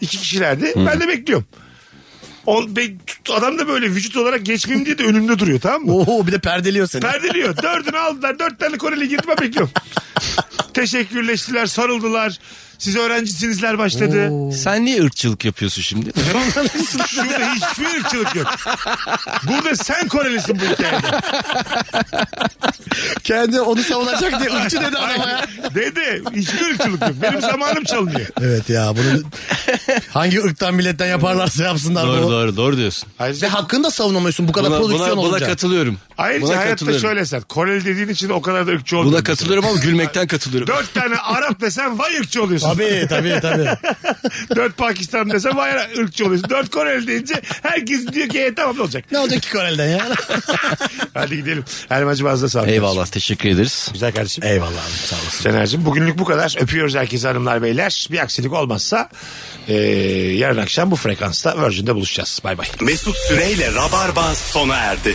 Speaker 3: İki kişilerdi. Ben de bekliyorum. O, be- adam da böyle vücut olarak geçmeyeyim diye de önümde duruyor tamam mı?
Speaker 4: Oho bir de perdeliyor seni.
Speaker 3: Perdeliyor. Dördünü aldılar. Dört tane Koreli girdi ben bekliyorum. Teşekkürleştiler. Sarıldılar. Siz öğrencisinizler başladı.
Speaker 5: Sen niye ırkçılık yapıyorsun şimdi?
Speaker 3: Şurada hiçbir ırkçılık yok. Burada sen Korelisin bu hikayede.
Speaker 4: Kendi onu savunacak diye ırkçı dedi adama ya.
Speaker 3: Dede hiçbir ırkçılık yok. Benim zamanım çalınıyor.
Speaker 4: Evet ya bunu hangi ırktan milletten yaparlarsa yapsınlar
Speaker 5: doğru
Speaker 4: bunu.
Speaker 5: doğru doğru diyorsun.
Speaker 4: Ve
Speaker 3: Ayrıca,
Speaker 4: hakkını da savunamıyorsun bu kadar
Speaker 5: Buna,
Speaker 4: prodüksiyon
Speaker 5: buna, buna
Speaker 4: olunca.
Speaker 5: katılıyorum.
Speaker 3: ayrıca
Speaker 5: buna
Speaker 3: hayatta
Speaker 5: katılıyorum.
Speaker 3: şöyle sen. Koreli dediğin için o kadar da ırkçı olmuyor.
Speaker 5: Buna katılıyorum ama gülmekten katılıyorum.
Speaker 3: Dört tane Arap desen vay ırkçı oluyorsun.
Speaker 4: Tabii tabii tabii.
Speaker 3: Dört Pakistan desen vay ırkçı oluyorsun. Dört Koreli deyince herkes diyor ki e, tamam ne olacak.
Speaker 4: ne olacak ki Koreli'den ya?
Speaker 3: Hadi gidelim. Ermacım ağzına sağlık.
Speaker 5: Eyvallah teşekkür ederiz.
Speaker 3: Güzel kardeşim.
Speaker 4: Eyvallah abi sağ olasın.
Speaker 3: Caner'cim bugünlük bu kadar. Öpüyoruz herkese hanımlar beyler. Bir aksilik olmazsa eee, yarın akşam bu frekansta Virgin'de buluşacağız. Bay bay.
Speaker 2: Mesut Süreyle Rabarba sona erdi.